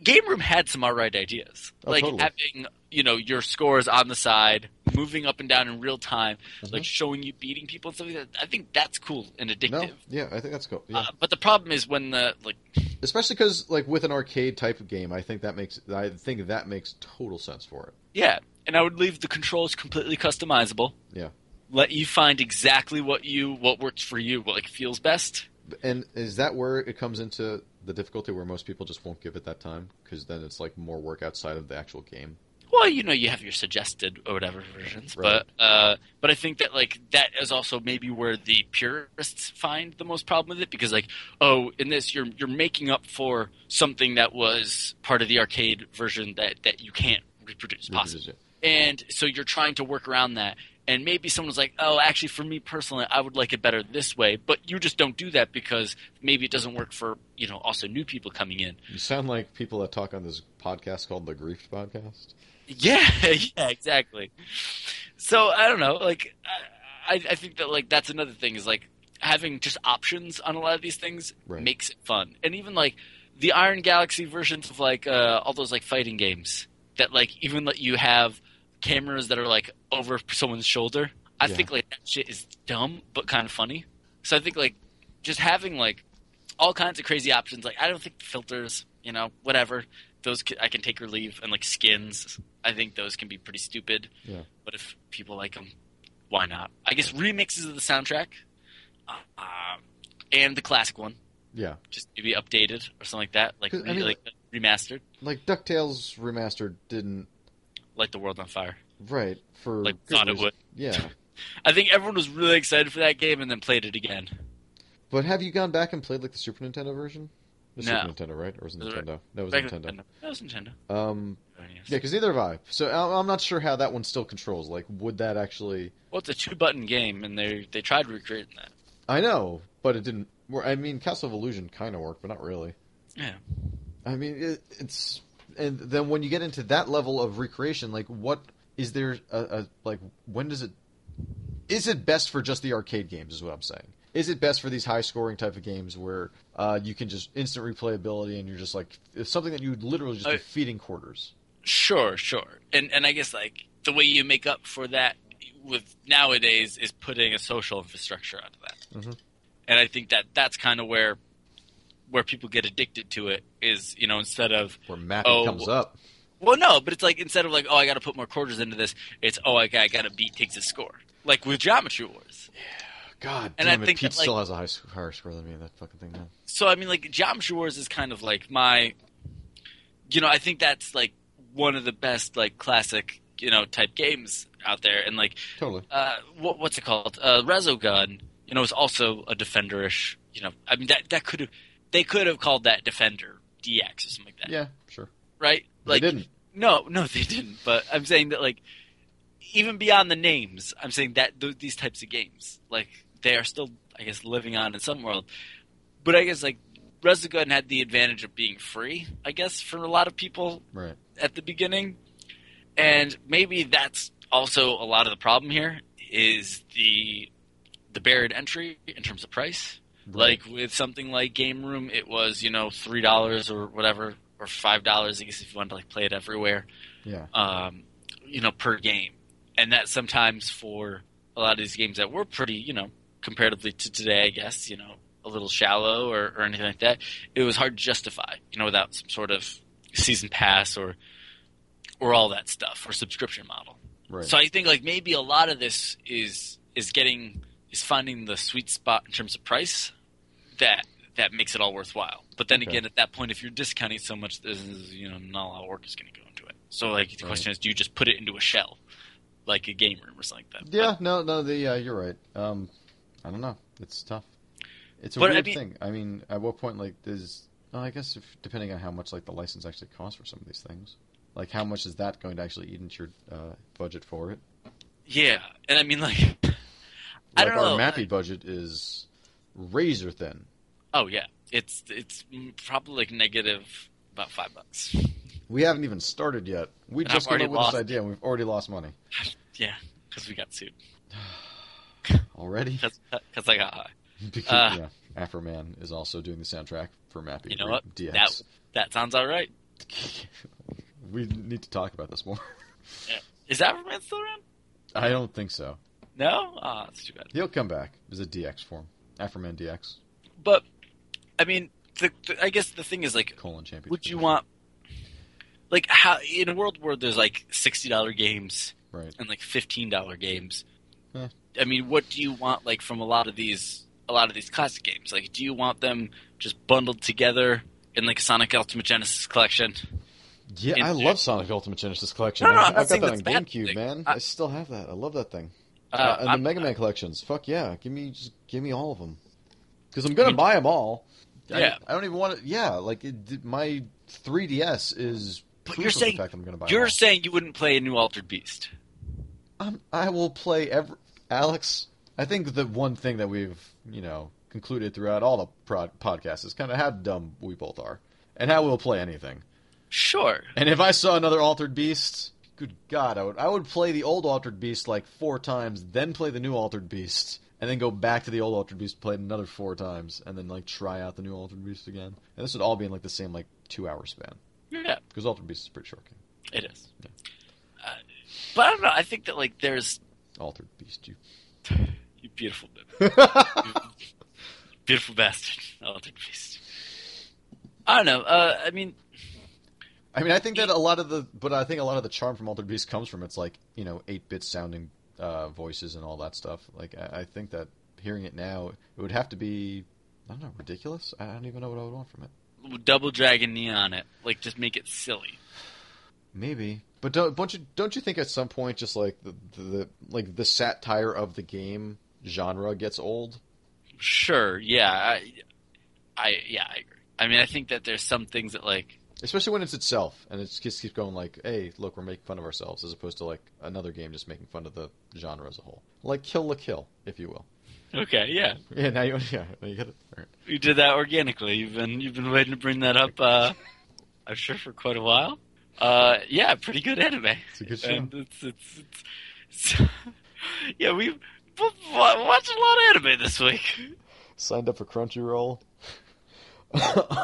Speaker 2: game room had some alright ideas,
Speaker 1: Oh,
Speaker 2: like
Speaker 1: totally.
Speaker 2: having you know your scores on the side, moving up and down in real time,
Speaker 1: Mm-hmm.
Speaker 2: like showing you beating people and stuff like that. I think that's cool and addictive.
Speaker 1: no, yeah, I think that's cool. Yeah.
Speaker 2: Uh, but the problem is when the like
Speaker 1: Especially because, like, with an arcade type of game, I think that makes I think that makes total sense for it.
Speaker 2: Yeah, and I would leave the controls completely customizable.
Speaker 1: Yeah.
Speaker 2: Let you find exactly what you what works for you, what like feels best.
Speaker 1: And is that where it comes into the difficulty where most people just won't give it that time? Because then it's like more work outside of the actual game.
Speaker 2: Well, you know, you have your suggested or whatever versions,
Speaker 1: Right.
Speaker 2: but uh, but I think that like that is also maybe where the purists find the most problem with it because like oh, in this you're you're making up for something that was part of the
Speaker 1: Mm-hmm.
Speaker 2: arcade version that that you can't reproduce possibly,
Speaker 1: Reproduce it.
Speaker 2: and so you're trying to work around that, and maybe someone's like, "Oh, actually, for me personally, I would like it better this way," but you just don't do that because maybe it doesn't work for you know also new people coming in. *laughs*
Speaker 1: You sound like people that talk on this podcast called the Grief Podcast.
Speaker 2: Yeah, yeah, exactly. So I don't know. Like, I, I think that like that's another thing is like having just options on a lot of these things
Speaker 1: Right.
Speaker 2: makes it fun. And even like the Iron Galaxy versions of like uh, all those like fighting games that like even let you have cameras that are like over someone's shoulder. I
Speaker 1: Yeah.
Speaker 2: think like that shit is dumb but kind of funny. So I think like just having like all kinds of crazy options. Like I don't think filters, you know, whatever those ca- I can take or leave, and like skins. I think those can be pretty stupid.
Speaker 1: Yeah.
Speaker 2: But if people like them, why not? I guess remixes of the soundtrack, uh, um, and the classic one,
Speaker 1: Yeah,
Speaker 2: just maybe updated or something like that, like
Speaker 1: Cause, I
Speaker 2: re-
Speaker 1: mean,
Speaker 2: like remastered,
Speaker 1: like Ducktales remastered didn't
Speaker 2: like the world on fire.
Speaker 1: right for
Speaker 2: Like,
Speaker 1: good
Speaker 2: thought it
Speaker 1: reason.
Speaker 2: would.
Speaker 1: *laughs* Yeah,
Speaker 2: I think everyone was really excited for that game and then played it again.
Speaker 1: but have you gone back and played like the Super Nintendo version? The
Speaker 2: No.
Speaker 1: Super Nintendo, right? Or was it
Speaker 2: Was it-
Speaker 1: Nintendo? No, it was
Speaker 2: Back in
Speaker 1: Nintendo.
Speaker 2: That was Nintendo.
Speaker 1: Um,
Speaker 2: Oh, yes.
Speaker 1: yeah, because neither have I. So I- I'm not sure how that one still controls. Like, would that actually?
Speaker 2: Well, it's a two-button game, and they they tried recreating that.
Speaker 1: I know, but it didn't. wor- I mean, Castle of Illusion kind of worked, but not really.
Speaker 2: Yeah.
Speaker 1: I mean, it, it's and then when you get into that level of recreation, like what is there a, a like when does it is it best for just the arcade games is what I'm saying. Is it best for these high scoring type of games where uh, you can just instant replayability and you're just like it's something that you would literally just
Speaker 2: I-
Speaker 1: be feeding quarters.
Speaker 2: Sure, sure. And and I guess like the way you make up for that with nowadays is putting a social infrastructure onto that.
Speaker 1: Mhm.
Speaker 2: And I think that that's kind of where where people get addicted to it is, you know, instead of
Speaker 1: Where mapping
Speaker 2: Oh,
Speaker 1: comes up.
Speaker 2: well no, but it's like instead of like oh I got to put more quarters into this, it's oh I got, I got to beat takes a score. Like with Geometry Wars.
Speaker 1: God
Speaker 2: and I
Speaker 1: damn it,
Speaker 2: think
Speaker 1: Pete
Speaker 2: that, like-
Speaker 1: still has a high sc- higher score than me in that fucking thing now.
Speaker 2: So I mean like Geometry Wars is kind of like my you know, I think that's like one of the best like classic, you know, type games out there and like
Speaker 1: Totally.
Speaker 2: uh, what, what's it called? Uh, Resogun. You know, is also a defenderish. You know, I mean that that could have they could have called that Defender DX or something like that,
Speaker 1: Yeah, sure.
Speaker 2: right? Like
Speaker 1: they didn't.
Speaker 2: no, no, *laughs* they didn't. But I'm saying that like even beyond the names, I'm saying that th- these types of games like they are still, I guess, living on in some world. But I guess like Resogun had the advantage of being free, I guess, for a lot of people
Speaker 1: Right.
Speaker 2: at the beginning. And maybe that's also a lot of the problem here is the the barrier to entry in terms of price.
Speaker 1: Right.
Speaker 2: Like with something like Game Room, it was, you know, three dollars or whatever, or five dollars, I guess if you wanted to like play it everywhere,
Speaker 1: yeah.
Speaker 2: um, you know, per game. And that sometimes for a lot of these games that were pretty, you know, comparatively to today, I guess, you know, a little shallow or, or anything like that, it was hard to justify, you know, without some sort of season pass or or all that stuff or subscription model.
Speaker 1: Right.
Speaker 2: So I think like maybe a lot of this is is getting is finding the sweet spot in terms of price that that makes it all worthwhile. But then
Speaker 1: Okay.
Speaker 2: again, at that point, if you're discounting so much, this is you know not a lot of work is going to go into it. So like the
Speaker 1: Right.
Speaker 2: question is, do you just put it into a shell, like a game room or something like that?
Speaker 1: Yeah, no, no, the uh, you're right. Um, I don't know. It's tough. It's a
Speaker 2: But, I
Speaker 1: weird
Speaker 2: mean-
Speaker 1: thing. I mean, at what point like does? Well, I guess if, depending on how much like the license actually costs for some of these things, like how much is that going to actually eat into your uh, budget for it?
Speaker 2: Yeah, and I mean like, *laughs* I
Speaker 1: Like
Speaker 2: don't
Speaker 1: our
Speaker 2: know.
Speaker 1: Mappy budget is razor thin.
Speaker 2: oh yeah, it's it's probably like negative about
Speaker 1: *laughs*
Speaker 2: five bucks.
Speaker 1: We haven't even started yet. We
Speaker 2: And I've
Speaker 1: just came
Speaker 2: already
Speaker 1: up with this
Speaker 2: lost-
Speaker 1: idea, and we've already lost money
Speaker 2: Yeah, because we got sued
Speaker 1: already.
Speaker 2: because I got high.
Speaker 1: *laughs* because,
Speaker 2: uh,
Speaker 1: yeah, Afro Man is also doing the soundtrack for Mappy.
Speaker 2: You know
Speaker 1: Re-
Speaker 2: what?
Speaker 1: DX.
Speaker 2: That that sounds all right.
Speaker 1: *laughs* we need to talk about this more. *laughs*
Speaker 2: Is Afroman still around?
Speaker 1: I don't think so.
Speaker 2: No, ah, that's too bad.
Speaker 1: He'll come back as a DX form. Afroman DX,
Speaker 2: But I mean, the, the, I guess the thing is, like,
Speaker 1: colon champion.
Speaker 2: would you want, like, how in a world where there's like sixty dollar games
Speaker 1: Right.
Speaker 2: and like fifteen dollar games?
Speaker 1: Yeah.
Speaker 2: I mean, what do you want, like, from a lot of these, a lot of these classic games? Like, do you want them just bundled together in like a Sonic Ultimate Genesis collection?
Speaker 1: Yeah,
Speaker 2: in-
Speaker 1: I love Sonic Ultimate Genesis Collection.
Speaker 2: No, no,
Speaker 1: I-
Speaker 2: I'm not
Speaker 1: I've got
Speaker 2: saying
Speaker 1: that on
Speaker 2: that's a bad
Speaker 1: GameCube,
Speaker 2: thing.
Speaker 1: man. I,
Speaker 2: I-
Speaker 1: still have that. I love that thing.
Speaker 2: Uh,
Speaker 1: Uh, and
Speaker 2: I'm-
Speaker 1: the Mega Man collections. Fuck yeah, give me just give me all of them. Because I'm gonna 'em buy them all. I-
Speaker 2: Yeah.
Speaker 1: I, don't even want to. Yeah, like it, my 3DS is.
Speaker 2: But
Speaker 1: proof
Speaker 2: you're
Speaker 1: of
Speaker 2: saying-
Speaker 1: the fact that I'm gonna buy 'em
Speaker 2: You're
Speaker 1: all.
Speaker 2: saying you wouldn't play a new Altered Beast.
Speaker 1: I'm, Um, I will play every. Alex, I think the one thing that we've, you know, concluded throughout all the prod- podcasts is kind of how dumb we both are and how we'll play anything.
Speaker 2: Sure.
Speaker 1: And if I saw another Altered Beast, good God, I would, I would play the old Altered Beast like four times, then play the new Altered Beast, and then go back to the old Altered Beast, play it another four times, and then like try out the new Altered Beast again. And this would all be in like the same like two hour span
Speaker 2: Yeah,
Speaker 1: because Altered Beast is a pretty short game.
Speaker 2: it is.
Speaker 1: Yeah.
Speaker 2: Uh, but I don't know. I think that like there's
Speaker 1: Altered Beast, you.
Speaker 2: you beautiful, beautiful bastard, *laughs* Elder Beast. I don't know. Uh, I mean,
Speaker 1: I mean, I think that a lot of the, but I think a lot of the charm from Altered Beast comes from its like you know eight bit sounding uh, voices and all that stuff. Like I, I think that hearing it now, it would have to be I don't know ridiculous. I don't even know what I would want from it.
Speaker 2: double dragon neon it. Like, just make it silly.
Speaker 1: Maybe, but don't, don't you don't you think at some point just like the, the, the like the satire of the game genre gets old?
Speaker 2: Sure. Yeah. I, I yeah, I agree. I mean, I think that there's some things that like
Speaker 1: Especially when it's itself, and it just keeps going like, "Hey, look, we're making fun of ourselves," as opposed to like another game just making fun of the genre as a whole, like Kill la Kill, if you will.
Speaker 2: okay, yeah.
Speaker 1: Yeah, now you *laughs* yeah, now you get it. All right.
Speaker 2: You did that organically. You've been you've been waiting to bring that up. Uh, I'm sure for quite a while. Uh, yeah, pretty good anime.
Speaker 1: It's a good show.
Speaker 2: And it's, it's, it's, *laughs* it's, yeah, we w- w- watched a lot of anime this week.
Speaker 1: Signed up for Crunchyroll. *laughs*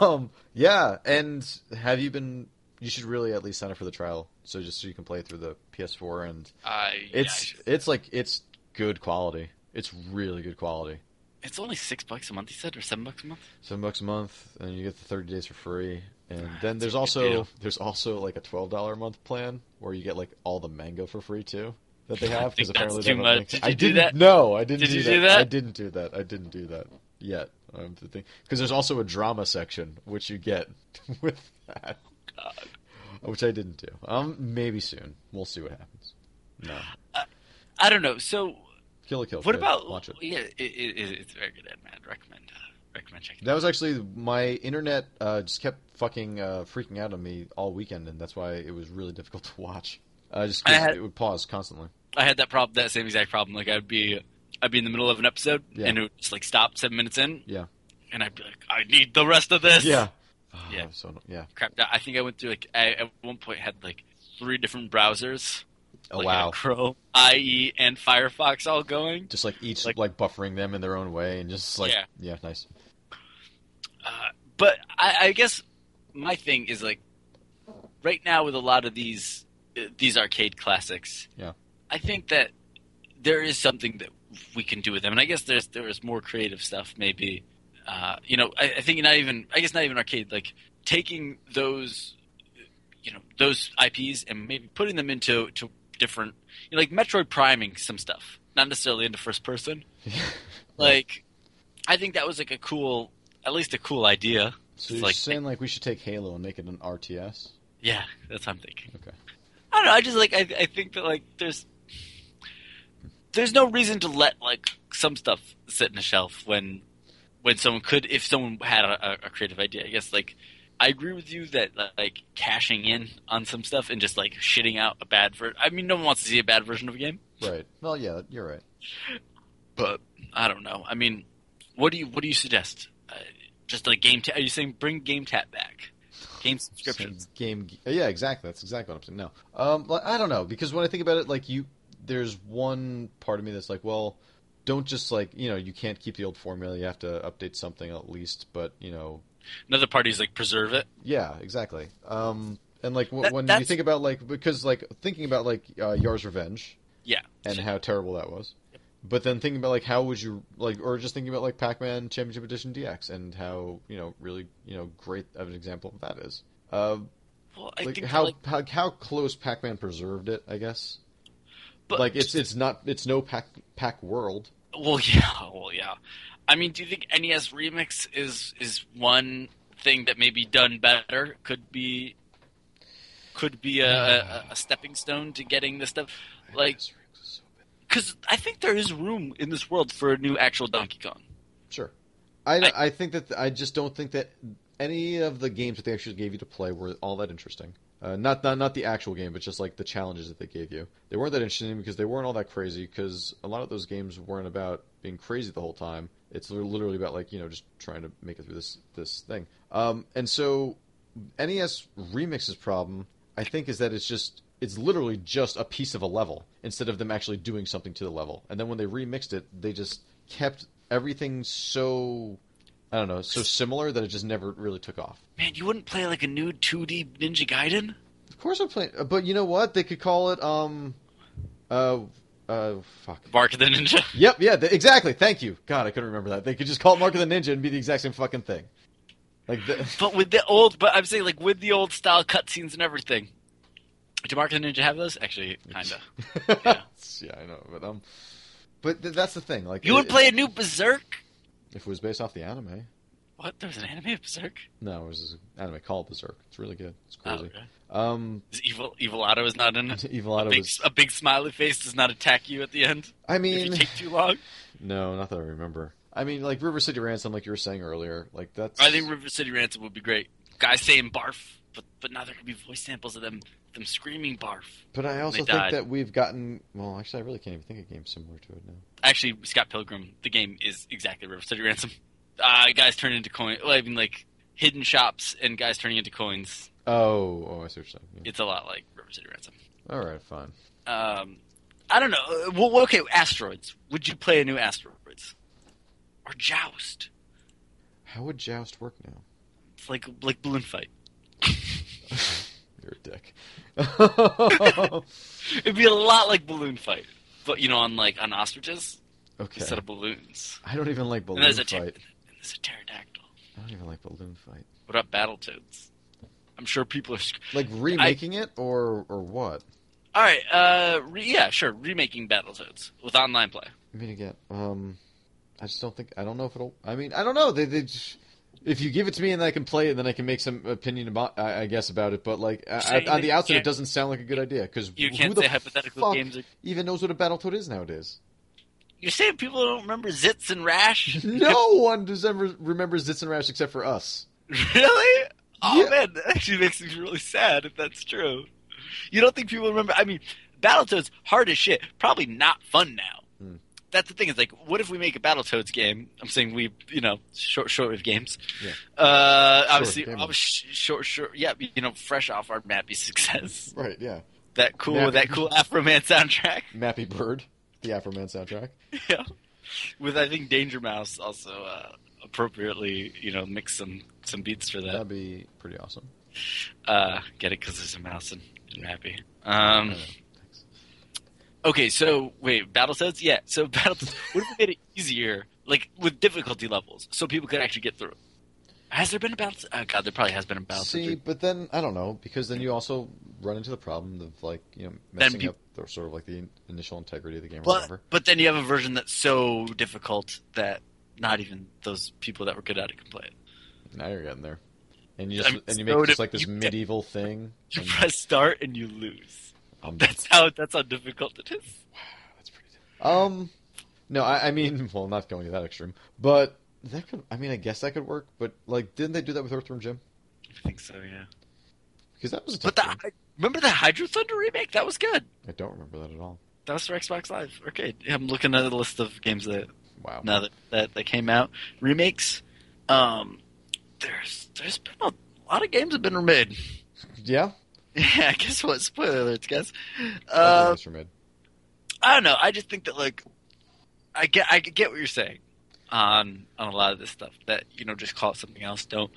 Speaker 1: um, yeah, and have you been? You should really at least sign up for the trial, so just so you can play through the PS4. And
Speaker 2: Uh,
Speaker 1: it's
Speaker 2: yeah,
Speaker 1: it's like it's good quality. It's really good quality.
Speaker 2: it's only six bucks a month. You said, or seven bucks a month.
Speaker 1: Seven bucks a month, and you get the thirty days for free. And
Speaker 2: Ah,
Speaker 1: then there's
Speaker 2: that's a good
Speaker 1: also
Speaker 2: deal.
Speaker 1: there's also like a twelve dollar a month plan where you get like all the manga for free too that they
Speaker 2: *laughs* I
Speaker 1: have because
Speaker 2: think that's
Speaker 1: apparently they
Speaker 2: too much.
Speaker 1: Makes...
Speaker 2: Did
Speaker 1: I
Speaker 2: you do
Speaker 1: didn't.
Speaker 2: that?
Speaker 1: No, I didn't.
Speaker 2: Did
Speaker 1: do
Speaker 2: you
Speaker 1: that.
Speaker 2: do that?
Speaker 1: I didn't do that. I didn't do that yet. Um, the thing because there's also a drama section which you get *laughs* with that,
Speaker 2: God.
Speaker 1: which I didn't do. Um, maybe soon. We'll see what happens. No,
Speaker 2: I don't know. So,
Speaker 1: kill a kill. kid.
Speaker 2: what about?
Speaker 1: watch it?
Speaker 2: Yeah, it, it, it, it's very good anime. I'd recommend uh, recommend checking. it
Speaker 1: That was actually my internet uh, just kept fucking uh, freaking out on me all weekend, and that's why it was really difficult *laughs* to watch. Uh, just 'cause
Speaker 2: I had-
Speaker 1: it would pause constantly.
Speaker 2: I had that problem, that same exact problem. Like I'd be, I'd be in the middle of an episode
Speaker 1: Yeah.
Speaker 2: and it would just like stop seven minutes in.
Speaker 1: Yeah.
Speaker 2: And I'd be like, I need the rest of this.
Speaker 1: Yeah. Ah,
Speaker 2: *sighs* Yeah.
Speaker 1: *sighs* So yeah.
Speaker 2: Crap. I think I went through like I, at one point had like three different browsers.
Speaker 1: Oh
Speaker 2: like, uh,
Speaker 1: wow.
Speaker 2: Chrome, IE, and Firefox all going.
Speaker 1: Just like each like,
Speaker 2: Like-
Speaker 1: buffering them in their own way, and just like yeah,
Speaker 2: Yeah.
Speaker 1: nice.
Speaker 2: Uh, but I, I guess my thing is like right now with a lot of these uh, these arcade classics.
Speaker 1: Yeah.
Speaker 2: I think that there is something that we can do with them, and I guess there's there is more creative stuff maybe. Uh, you know, I, I think not even I guess not even arcade like taking those you know those IPs and maybe putting them into to different you know, like Metroid priming some stuff, not necessarily into first person. Like, I think that was like a cool, at least a cool idea.
Speaker 1: *laughs* so you're
Speaker 2: like-
Speaker 1: saying like we should take Halo and make it an RTS?
Speaker 2: Yeah, that's what I'm thinking.
Speaker 1: Okay.
Speaker 2: I don't know. I just like I, I think that like there's there's no reason to let like some stuff sit in a shelf when when someone could if someone had a, a- a creative idea. I guess like I agree with you that like cashing in on some stuff and just like shitting out a bad version. I mean, no one wants to see a bad version of a game,
Speaker 1: Right. Well, yeah, you're right.
Speaker 2: but I don't know. I mean, what do you what do you suggest? Uh, just like game. Ta- are you saying bring game tat back? Game subscriptions.
Speaker 1: Same game. oh, Yeah, exactly. That's exactly what I'm saying. No, um, like, I don't know because when I think about it, like you, there's one part of me that's like, well, don't just like you know you can't keep the old formula. You have to update something at least. But you know,
Speaker 2: Another party's like preserve it.
Speaker 1: yeah, exactly. Um, and like w-
Speaker 2: That-
Speaker 1: when you
Speaker 2: that's-
Speaker 1: think about like because like thinking about like uh, Yar's Revenge,
Speaker 2: Yeah.
Speaker 1: and how terrible that was. But then thinking about like how would you like, or just thinking about like Pac-Man Championship Edition DX and how you know really you know great of an example of that is. Uh,
Speaker 2: Well, I
Speaker 1: like
Speaker 2: think
Speaker 1: how,
Speaker 2: like
Speaker 1: how how close Pac-Man preserved it, I guess.
Speaker 2: but,
Speaker 1: like it's it's not it's no Pac Pac World.
Speaker 2: *laughs* well yeah *laughs* well yeah. I mean, do you think NES Remix is is one thing that maybe done better could be could be a, a, a stepping stone to getting this stuff? Like because I think there is room in this world for a new actual Donkey Kong.
Speaker 1: sure, I, I think that I just don't think that any of the games that they actually gave you to play were all that interesting. Uh, not, not not the actual game, but just like the challenges that they gave you. They weren't that interesting because they weren't all that crazy. Because a lot of those games weren't about being crazy the whole time. It's li- literally about like you know just trying to make it through this this thing. Um, and so NES Remix's problem, I think, is that it's just it's literally just a piece of a level instead of them actually doing something to the level. And then when they remixed it, they just kept everything so I don't know so similar that it just never really took off.
Speaker 2: Man, you wouldn't play like a new 2D Ninja Gaiden?
Speaker 1: Of course I'm playing, but you know what? They could call it um, uh, uh, fuck.
Speaker 2: Bark of the Ninja. *laughs*
Speaker 1: Yep, yeah, th- exactly. Thank you. God, I couldn't remember that. They could just call it Mark of the Ninja and be the exact same fucking thing. Like, the, *laughs*
Speaker 2: But with the old, but I'm saying like with the old style cutscenes and everything. Did Mark of the Ninja have those? Actually, kinda.
Speaker 1: *laughs* yeah. I know, but um, but th- that's the thing. Like,
Speaker 2: You
Speaker 1: i-
Speaker 2: would play a new Berserk?
Speaker 1: if it was based off the anime.
Speaker 2: What? There was an anime of Berserk?
Speaker 1: No, it was an anime called Berserk. It's really good. It's
Speaker 2: Oh,
Speaker 1: crazy.
Speaker 2: okay.
Speaker 1: Um,
Speaker 2: Is Evil Evil Otto is not in it.
Speaker 1: *laughs* Evil Otto
Speaker 2: Big,
Speaker 1: was.
Speaker 2: A big smiley face does not attack you at the end
Speaker 1: I
Speaker 2: if
Speaker 1: mean,
Speaker 2: you take too long.
Speaker 1: *laughs* no, not that I remember. I mean, like River City Ransom, like you were saying earlier, like that's.
Speaker 2: I think River City Ransom would be great. Guys saying barf, but but now there could be voice samples of them them screaming barf.
Speaker 1: But I also
Speaker 2: They
Speaker 1: think
Speaker 2: died.
Speaker 1: that we've gotten. Well, actually, I really can't even think of a game similar to it now.
Speaker 2: Actually, Scott Pilgrim, the game is exactly River City Ransom. Uh, guys turn into coin. well, I mean, like hidden shops and guys turning into coins.
Speaker 1: Oh, oh, I see what you're saying. Yeah.
Speaker 2: It's a lot like River City Ransom.
Speaker 1: All right, fine.
Speaker 2: um, I don't know. Uh, Well, okay, asteroids. Would you play a new asteroids or joust?
Speaker 1: How would Joust work now? *laughs*
Speaker 2: It's like like balloon fight.
Speaker 1: You're a *laughs* dick.
Speaker 2: It'd be a lot like balloon fight, but you know, on like on ostriches
Speaker 1: okay.
Speaker 2: instead of balloons.
Speaker 1: I don't even like balloon
Speaker 2: and there's a
Speaker 1: fight.
Speaker 2: pter- and there's a pterodactyl.
Speaker 1: I don't even like balloon fight.
Speaker 2: What about Battletoads? I'm sure people are. Sc-
Speaker 1: Like remaking it or or what?
Speaker 2: All right, uh, re- yeah, sure. Remaking Battletoads with online play.
Speaker 1: I mean, again, um, I just don't think I don't know if it'll. I mean, I don't know. They, they just, if you give it to me and I can play it, then I can make some opinion about, I, I guess, about it. But like I,
Speaker 2: saying
Speaker 1: I, on
Speaker 2: that
Speaker 1: the
Speaker 2: you
Speaker 1: outset, it
Speaker 2: can't-
Speaker 1: doesn't sound like a good idea because
Speaker 2: You
Speaker 1: who
Speaker 2: can't
Speaker 1: the
Speaker 2: say hypothetical
Speaker 1: fuck
Speaker 2: games. Are-
Speaker 1: even knows what a Battletoad is
Speaker 2: *laughs*
Speaker 1: nowadays.
Speaker 2: You're saying people don't remember Zits and Rash?
Speaker 1: No one does ever remembers Zits and Rash except for us.
Speaker 2: Really? Oh
Speaker 1: Yeah.
Speaker 2: man, that actually makes me really sad if that's true. You don't think people remember? I mean, Battletoads hard as shit. Probably not fun now.
Speaker 1: Hmm.
Speaker 2: That's the thing. Is like, what if we make a Battletoads game? I'm saying we, you know, short short of games.
Speaker 1: Yeah.
Speaker 2: Uh, obviously,
Speaker 1: gaming.
Speaker 2: obvi- sh- short short. Yeah, you know, fresh off our Mappy success. *laughs*
Speaker 1: Right? Yeah.
Speaker 2: That cool,
Speaker 1: Mappy.
Speaker 2: that cool Afro Man soundtrack.
Speaker 1: Mappy Bird, the Afroman soundtrack.
Speaker 2: yeah. With I think Danger Mouse also uh, appropriately, you know, mix some some beats for that.
Speaker 1: That'd be pretty awesome.
Speaker 2: Uh, get it because there's a mouse and I'm happy.
Speaker 1: I
Speaker 2: Um,
Speaker 1: don't know. Thanks.
Speaker 2: okay, so wait, Battletoads? Yeah, so *laughs* Battletoads. what if we made it easier, like with difficulty levels, so people could actually get through? it? Has there been a Battletoads? Oh, God, there probably has been a Battletoads.
Speaker 1: See, but then I don't know because then you also run into the problem of like you know
Speaker 2: Then
Speaker 1: messing
Speaker 2: peop-
Speaker 1: up the, sort of like the in- initial integrity of the game or
Speaker 2: but,
Speaker 1: whatever.
Speaker 2: but then you have a version that's so difficult that not even those people that were good at it can play it.
Speaker 1: Now you're getting there, and you just
Speaker 2: I'm
Speaker 1: and you
Speaker 2: so
Speaker 1: make just
Speaker 2: di-
Speaker 1: like this
Speaker 2: you-
Speaker 1: medieval thing.
Speaker 2: You
Speaker 1: and
Speaker 2: press start and you lose.
Speaker 1: I'm-
Speaker 2: That's how. That's how difficult it is.
Speaker 1: *laughs* that's pretty. Dumb. Um, no, I, I mean, *laughs* well, not going to that extreme, but that could. I mean, I guess that could work. But like, didn't they do that with Earthworm Jim?
Speaker 2: I think so. Yeah.
Speaker 1: Because that was a tough
Speaker 2: But the,
Speaker 1: game.
Speaker 2: I- remember the Hydro Thunder remake? That was good.
Speaker 1: I don't remember that at all.
Speaker 2: That was for Xbox Live Arcade. I'm looking at the list of games that
Speaker 1: Wow.
Speaker 2: now that that, that came out remakes. Um, there's there's been a lot of games have been remade. *laughs*
Speaker 1: Yeah.
Speaker 2: Yeah, guess what? Spoiler alerts, guys.
Speaker 1: Other
Speaker 2: Uh,
Speaker 1: games were made.
Speaker 2: I don't know. I just think that like I get I get what you're saying on on a lot of this stuff. That you know, just call it something else. Don't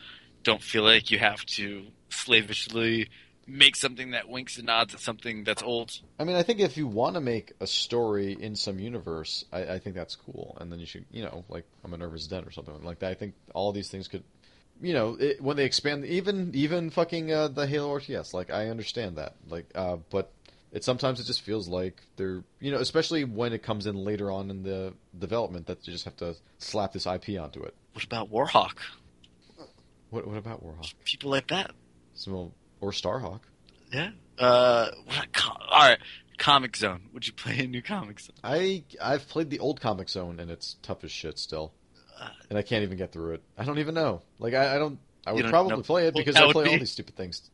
Speaker 2: don't feel like you have to slavishly make something that winks and nods at something that's old.
Speaker 1: I mean, I think if you want to make a story in some universe, I, I think that's cool. And then you should, you know, like I'm a nervous den or something like that. I think all these things could, you know, it, when they expand, even even fucking uh, the Halo RTS, like I understand that, like, uh, but it sometimes it just feels like they're, you know, especially when it comes in later on in the development that you just have to slap this IP onto it.
Speaker 2: What about Warhawk?
Speaker 1: What what about Warhawk?
Speaker 2: People like that.
Speaker 1: So, or Starhawk?
Speaker 2: Yeah. Uh, what com- all right. Comic Zone. Would you play a new Comic Zone?
Speaker 1: I I've played the old Comic Zone and it's tough as shit still,
Speaker 2: Uh,
Speaker 1: and I can't even get through it. I don't even know. Like I, I don't. I
Speaker 2: You
Speaker 1: would
Speaker 2: don't
Speaker 1: probably
Speaker 2: know
Speaker 1: play it
Speaker 2: what
Speaker 1: because
Speaker 2: that
Speaker 1: I
Speaker 2: would
Speaker 1: play all
Speaker 2: *laughs* be?
Speaker 1: these stupid things.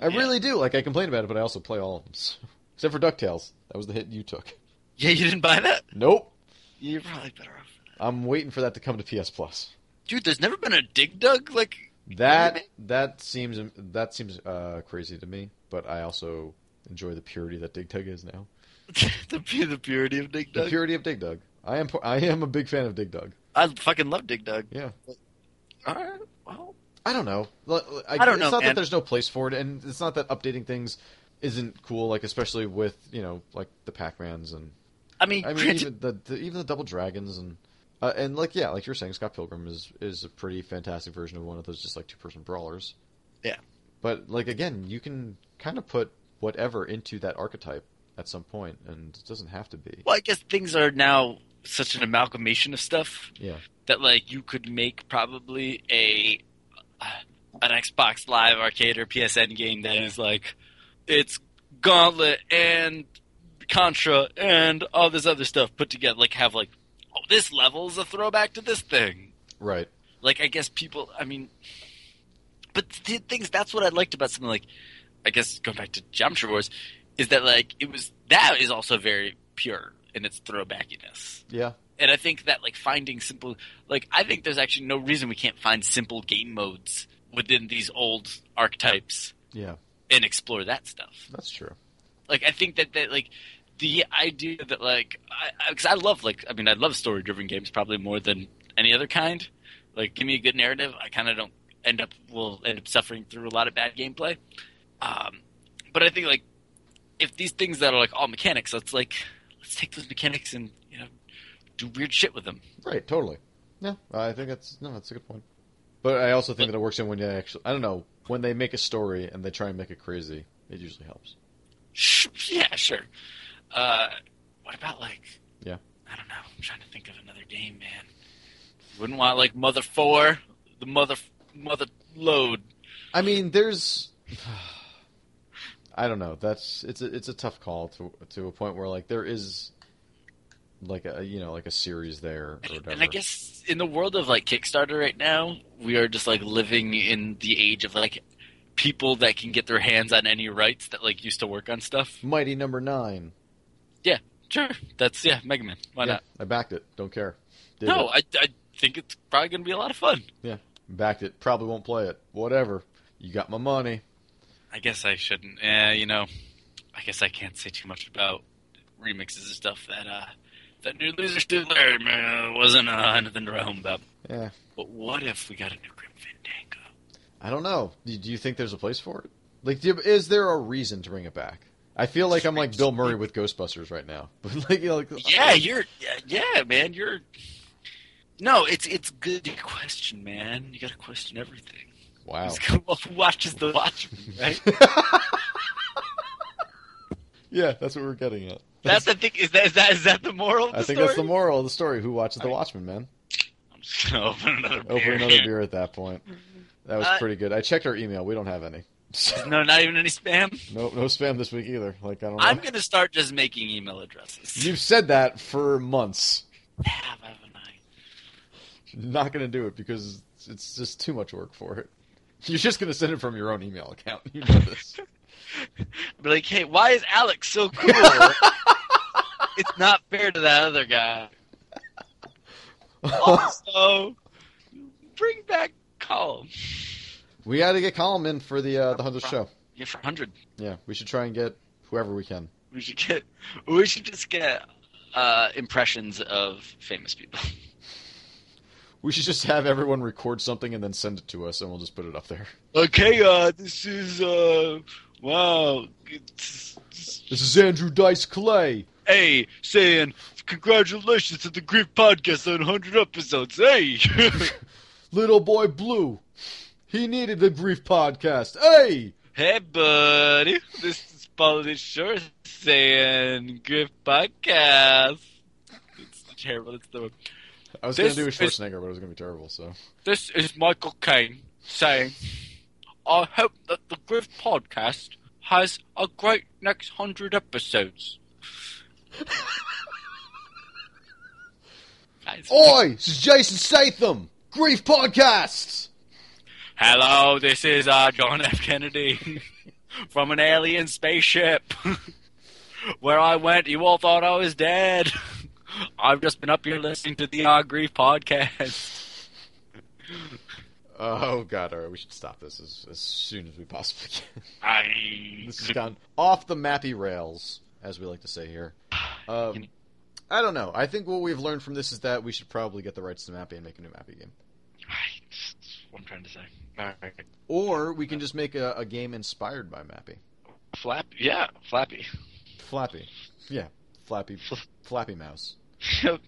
Speaker 1: I
Speaker 2: Yeah.
Speaker 1: really do. Like I complain about it, but I also play all of them. *laughs* so- Except for Ducktales, that was the hit you took.
Speaker 2: Yeah, you didn't buy that.
Speaker 1: Nope,
Speaker 2: You're probably better off.
Speaker 1: I'm waiting for that to come to PS Plus.
Speaker 2: Dude, there's never been a dig dug like *laughs*
Speaker 1: That that seems that seems uh, crazy to me, but I also enjoy the purity that Dig Dug is now.
Speaker 2: the pu- the purity of dig
Speaker 1: The
Speaker 2: dug.
Speaker 1: purity of Dig Dug. I am I am a big fan of Dig Dug.
Speaker 2: I fucking love dig dug.
Speaker 1: Yeah.
Speaker 2: All right. Well,
Speaker 1: I don't know. L- l- I,
Speaker 2: I don't
Speaker 1: it's
Speaker 2: know,
Speaker 1: not
Speaker 2: man.
Speaker 1: that there's no place for it, and it's not that updating things isn't cool. Like especially with you know like the Pac-Mans and
Speaker 2: I mean,
Speaker 1: I mean
Speaker 2: granted-
Speaker 1: even the, the even the Double Dragons and uh, and like yeah like you were saying Scott Pilgrim is is a pretty fantastic version of one of those just like two person brawlers.
Speaker 2: Yeah.
Speaker 1: But like again, you can kind of put whatever into that archetype at some point, and it doesn't have to be.
Speaker 2: well, I guess things are now such an amalgamation of stuff
Speaker 1: Yeah.
Speaker 2: that like you could make probably a uh, an Xbox Live Arcade or PSN game that is like it's Gauntlet and Contra and all this other stuff put together. Like have like oh this level's a throwback to this thing.
Speaker 1: Right.
Speaker 2: Like I guess people. I mean, but the things that's what I liked about something like I guess going back to Geometry Wars is that like it was that is also very pure in its throwbackiness
Speaker 1: Yeah.
Speaker 2: and I think that like finding simple, like I think there's actually no reason we can't find simple game modes within these old archetypes
Speaker 1: Yeah.
Speaker 2: and explore that stuff.
Speaker 1: That's true.
Speaker 2: Like I think that that like the idea that like because I, 'cause I love like I mean I love story driven games probably more than any other kind. Like give me a good narrative, I kind of don't end up will end up suffering through a lot of bad gameplay. Um, but I think like if these things that are like all mechanics, let's like let's take those mechanics and you know do weird shit with them.
Speaker 1: Right, totally. Yeah, I think that's no, that's a good point. But I also think that it works in when you actually, I don't know, when they make a story and they try and make it crazy, it usually helps.
Speaker 2: Sh- yeah, sure. Uh, what about like?
Speaker 1: Yeah.
Speaker 2: I don't know. I'm trying to think of another game, man. Wouldn't want like Mother Four, the Mother Mother Load.
Speaker 1: I mean, there's, *sighs* I don't know, that's it's a, it's a tough call to to a point where like there is, like a you know like a series there or whatever.
Speaker 2: And I guess in the world of like Kickstarter right now, we are just like living in the age of like people that can get their hands on any rights that like used to work on stuff.
Speaker 1: Mighty Number Nine.
Speaker 2: Sure, that's yeah, Mega Man. Why
Speaker 1: Yeah,
Speaker 2: not?
Speaker 1: I backed it. Don't care. Did
Speaker 2: No,
Speaker 1: it.
Speaker 2: I, I think it's probably gonna be a lot of fun.
Speaker 1: backed it. Probably won't play it. Whatever. You got my money.
Speaker 2: I guess I shouldn't. Eh, you know, I guess I can't say too much about remixes and stuff that uh that new loser Stu Larry man, wasn't uh, anything to write home about.
Speaker 1: Yeah.
Speaker 2: But what if we got a new Grim Fandango?
Speaker 1: I don't know. Do do you think there's a place for it? Like, do, is there a reason to bring it back? I feel like I'm like Bill Murray with Ghostbusters right now. *laughs* But like, you know, like
Speaker 2: Yeah, you're yeah, yeah, man, you're. No, it's it's good to question, man. You got to question everything.
Speaker 1: *laughs* wow.
Speaker 2: Who watches the Watchmen,
Speaker 1: *laughs*
Speaker 2: right?
Speaker 1: yeah, that's what we're getting at.
Speaker 2: That's the thing. Is that is that is that the moral? Of the
Speaker 1: I think
Speaker 2: story?
Speaker 1: that's the moral of the story. Who watches The
Speaker 2: I-
Speaker 1: Watchmen, man?
Speaker 2: I'm just gonna open another.
Speaker 1: Over
Speaker 2: beer.
Speaker 1: another beer at that point. That was
Speaker 2: Uh,
Speaker 1: pretty good. I checked our email. We don't have any. *laughs*
Speaker 2: No, not even any spam.
Speaker 1: no, no spam this week either. Like I don't know.
Speaker 2: I'm gonna start just making email addresses.
Speaker 1: You've said that for months.
Speaker 2: have, haven't I?
Speaker 1: Not going to do it because it's just too much work for it. You're just going to send it from your own email account. You know this.
Speaker 2: *laughs* Be like, hey, why is Alex so cool? it's not fair to that other guy. Also, bring back Colin.
Speaker 1: We got to get Colin in for the uh, the hundredth show.
Speaker 2: Yeah, for hundred,
Speaker 1: Yeah, we should try and get whoever we can.
Speaker 2: we should get. We should just get uh, impressions of famous people. *laughs*
Speaker 1: We should just have everyone record something and then send it to us, and we'll just put it up there.
Speaker 2: Okay, uh, this is uh, wow. It's,
Speaker 1: This is Andrew Dice Clay.
Speaker 2: hey, saying congratulations to the Grief Podcast on hundred episodes. Hey. *laughs*
Speaker 1: Little Boy Blue. He needed a brief podcast. Hey!
Speaker 2: Hey, buddy. This is Paulie Shore saying good podcast. It's terrible. It's the
Speaker 1: I was
Speaker 2: This
Speaker 1: going to do a
Speaker 2: is-
Speaker 1: Schwarzenegger, but it was going to be terrible, so.
Speaker 2: This is Michael Caine saying, I hope that the Griff podcast has a great next hundred episodes. Guys.
Speaker 1: Oi! This is Jason Statham. Grief Podcasts!
Speaker 2: Hello, this is uh, John F. Kennedy. *laughs* from an alien spaceship. *laughs* Where I went, you all thought I was dead. *laughs* I've just been up here listening to the Odd Grief podcast.
Speaker 1: Oh god! All right, we should stop this as, as soon as we possibly can. *laughs*
Speaker 2: I...
Speaker 1: this has gone off the mappy rails, as we like to say here. Um, I don't know. I think what we've learned from this is that we should probably get the rights to Mappy and make a new Mappy game,
Speaker 2: Right. That's what I'm trying to say. All right.
Speaker 1: or we can just make a, a game inspired by Mappy.
Speaker 2: Flap, yeah, Flappy. *laughs*
Speaker 1: Flappy, yeah, Flappy, Flappy Mouse. It'd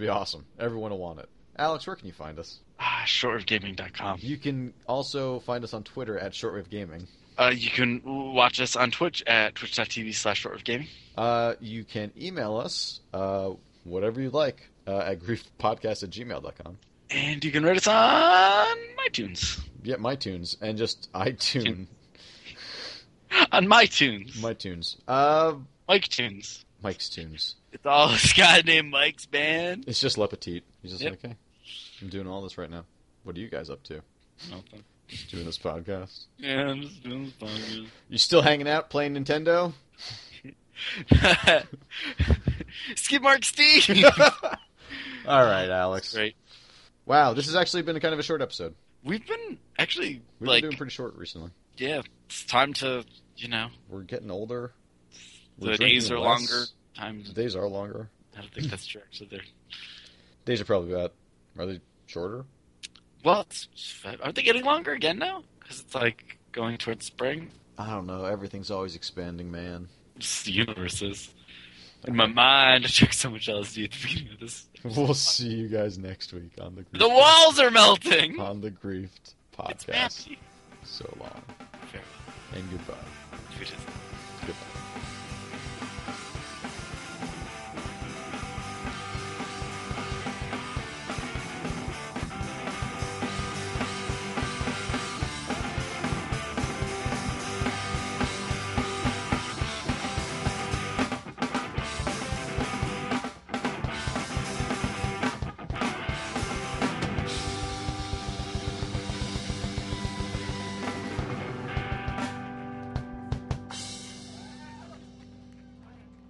Speaker 1: be awesome. Everyone will want it. Alex, where can you find us?
Speaker 2: Ah, shortofgaming.com.
Speaker 1: You can also find us on Twitter at Shortwave Gaming.
Speaker 2: Uh, you can watch us on Twitch at twitch.tv slash shortofgaming.
Speaker 1: Uh, you can email us uh, whatever you like uh, at griefpodcast at gmail.com.
Speaker 2: And you can rate us on iTunes. *gasps*
Speaker 1: Yeah, MyTunes and just iTunes.
Speaker 2: On MyTunes.
Speaker 1: MyTunes. Uh,
Speaker 2: Mike Tunes.
Speaker 1: Mike's Tunes.
Speaker 2: It's all *laughs* this guy named Mike's band.
Speaker 1: It's just Le Petit. He's just
Speaker 2: Yep.
Speaker 1: like, hey, I'm doing all this right now. What are you guys up to? Just doing this podcast.
Speaker 2: Yeah, I'm just doing this
Speaker 1: You still hanging out playing Nintendo?
Speaker 2: *laughs* podcast. *laughs* Skip
Speaker 1: *laughs*
Speaker 2: Mark Steve.
Speaker 1: all right, Alex.
Speaker 2: Great.
Speaker 1: Wow, this has actually been kind of a short episode.
Speaker 2: We've been actually
Speaker 1: We've
Speaker 2: like
Speaker 1: been doing pretty short recently.
Speaker 2: yeah, it's time to you know
Speaker 1: We're getting older. We're
Speaker 2: the
Speaker 1: drinking
Speaker 2: days are
Speaker 1: less.
Speaker 2: longer. Times.
Speaker 1: The days are longer.
Speaker 2: I don't think that's true. Actually, they're
Speaker 1: Days are probably about. Are they shorter?
Speaker 2: well. It's, aren't they getting longer again now? Because it's like going towards spring.
Speaker 1: I don't know. Everything's always expanding, man.
Speaker 2: It's the universe is. In my mind, *laughs* I took so much LSD at the beginning of this.
Speaker 1: *laughs* We'll see you guys next week on the Griefed,
Speaker 2: The walls are melting.
Speaker 1: on the Griefed
Speaker 2: It's
Speaker 1: podcast.
Speaker 2: mappy.
Speaker 1: So long
Speaker 2: Fair.
Speaker 1: and goodbye.
Speaker 2: It is.
Speaker 1: Goodbye.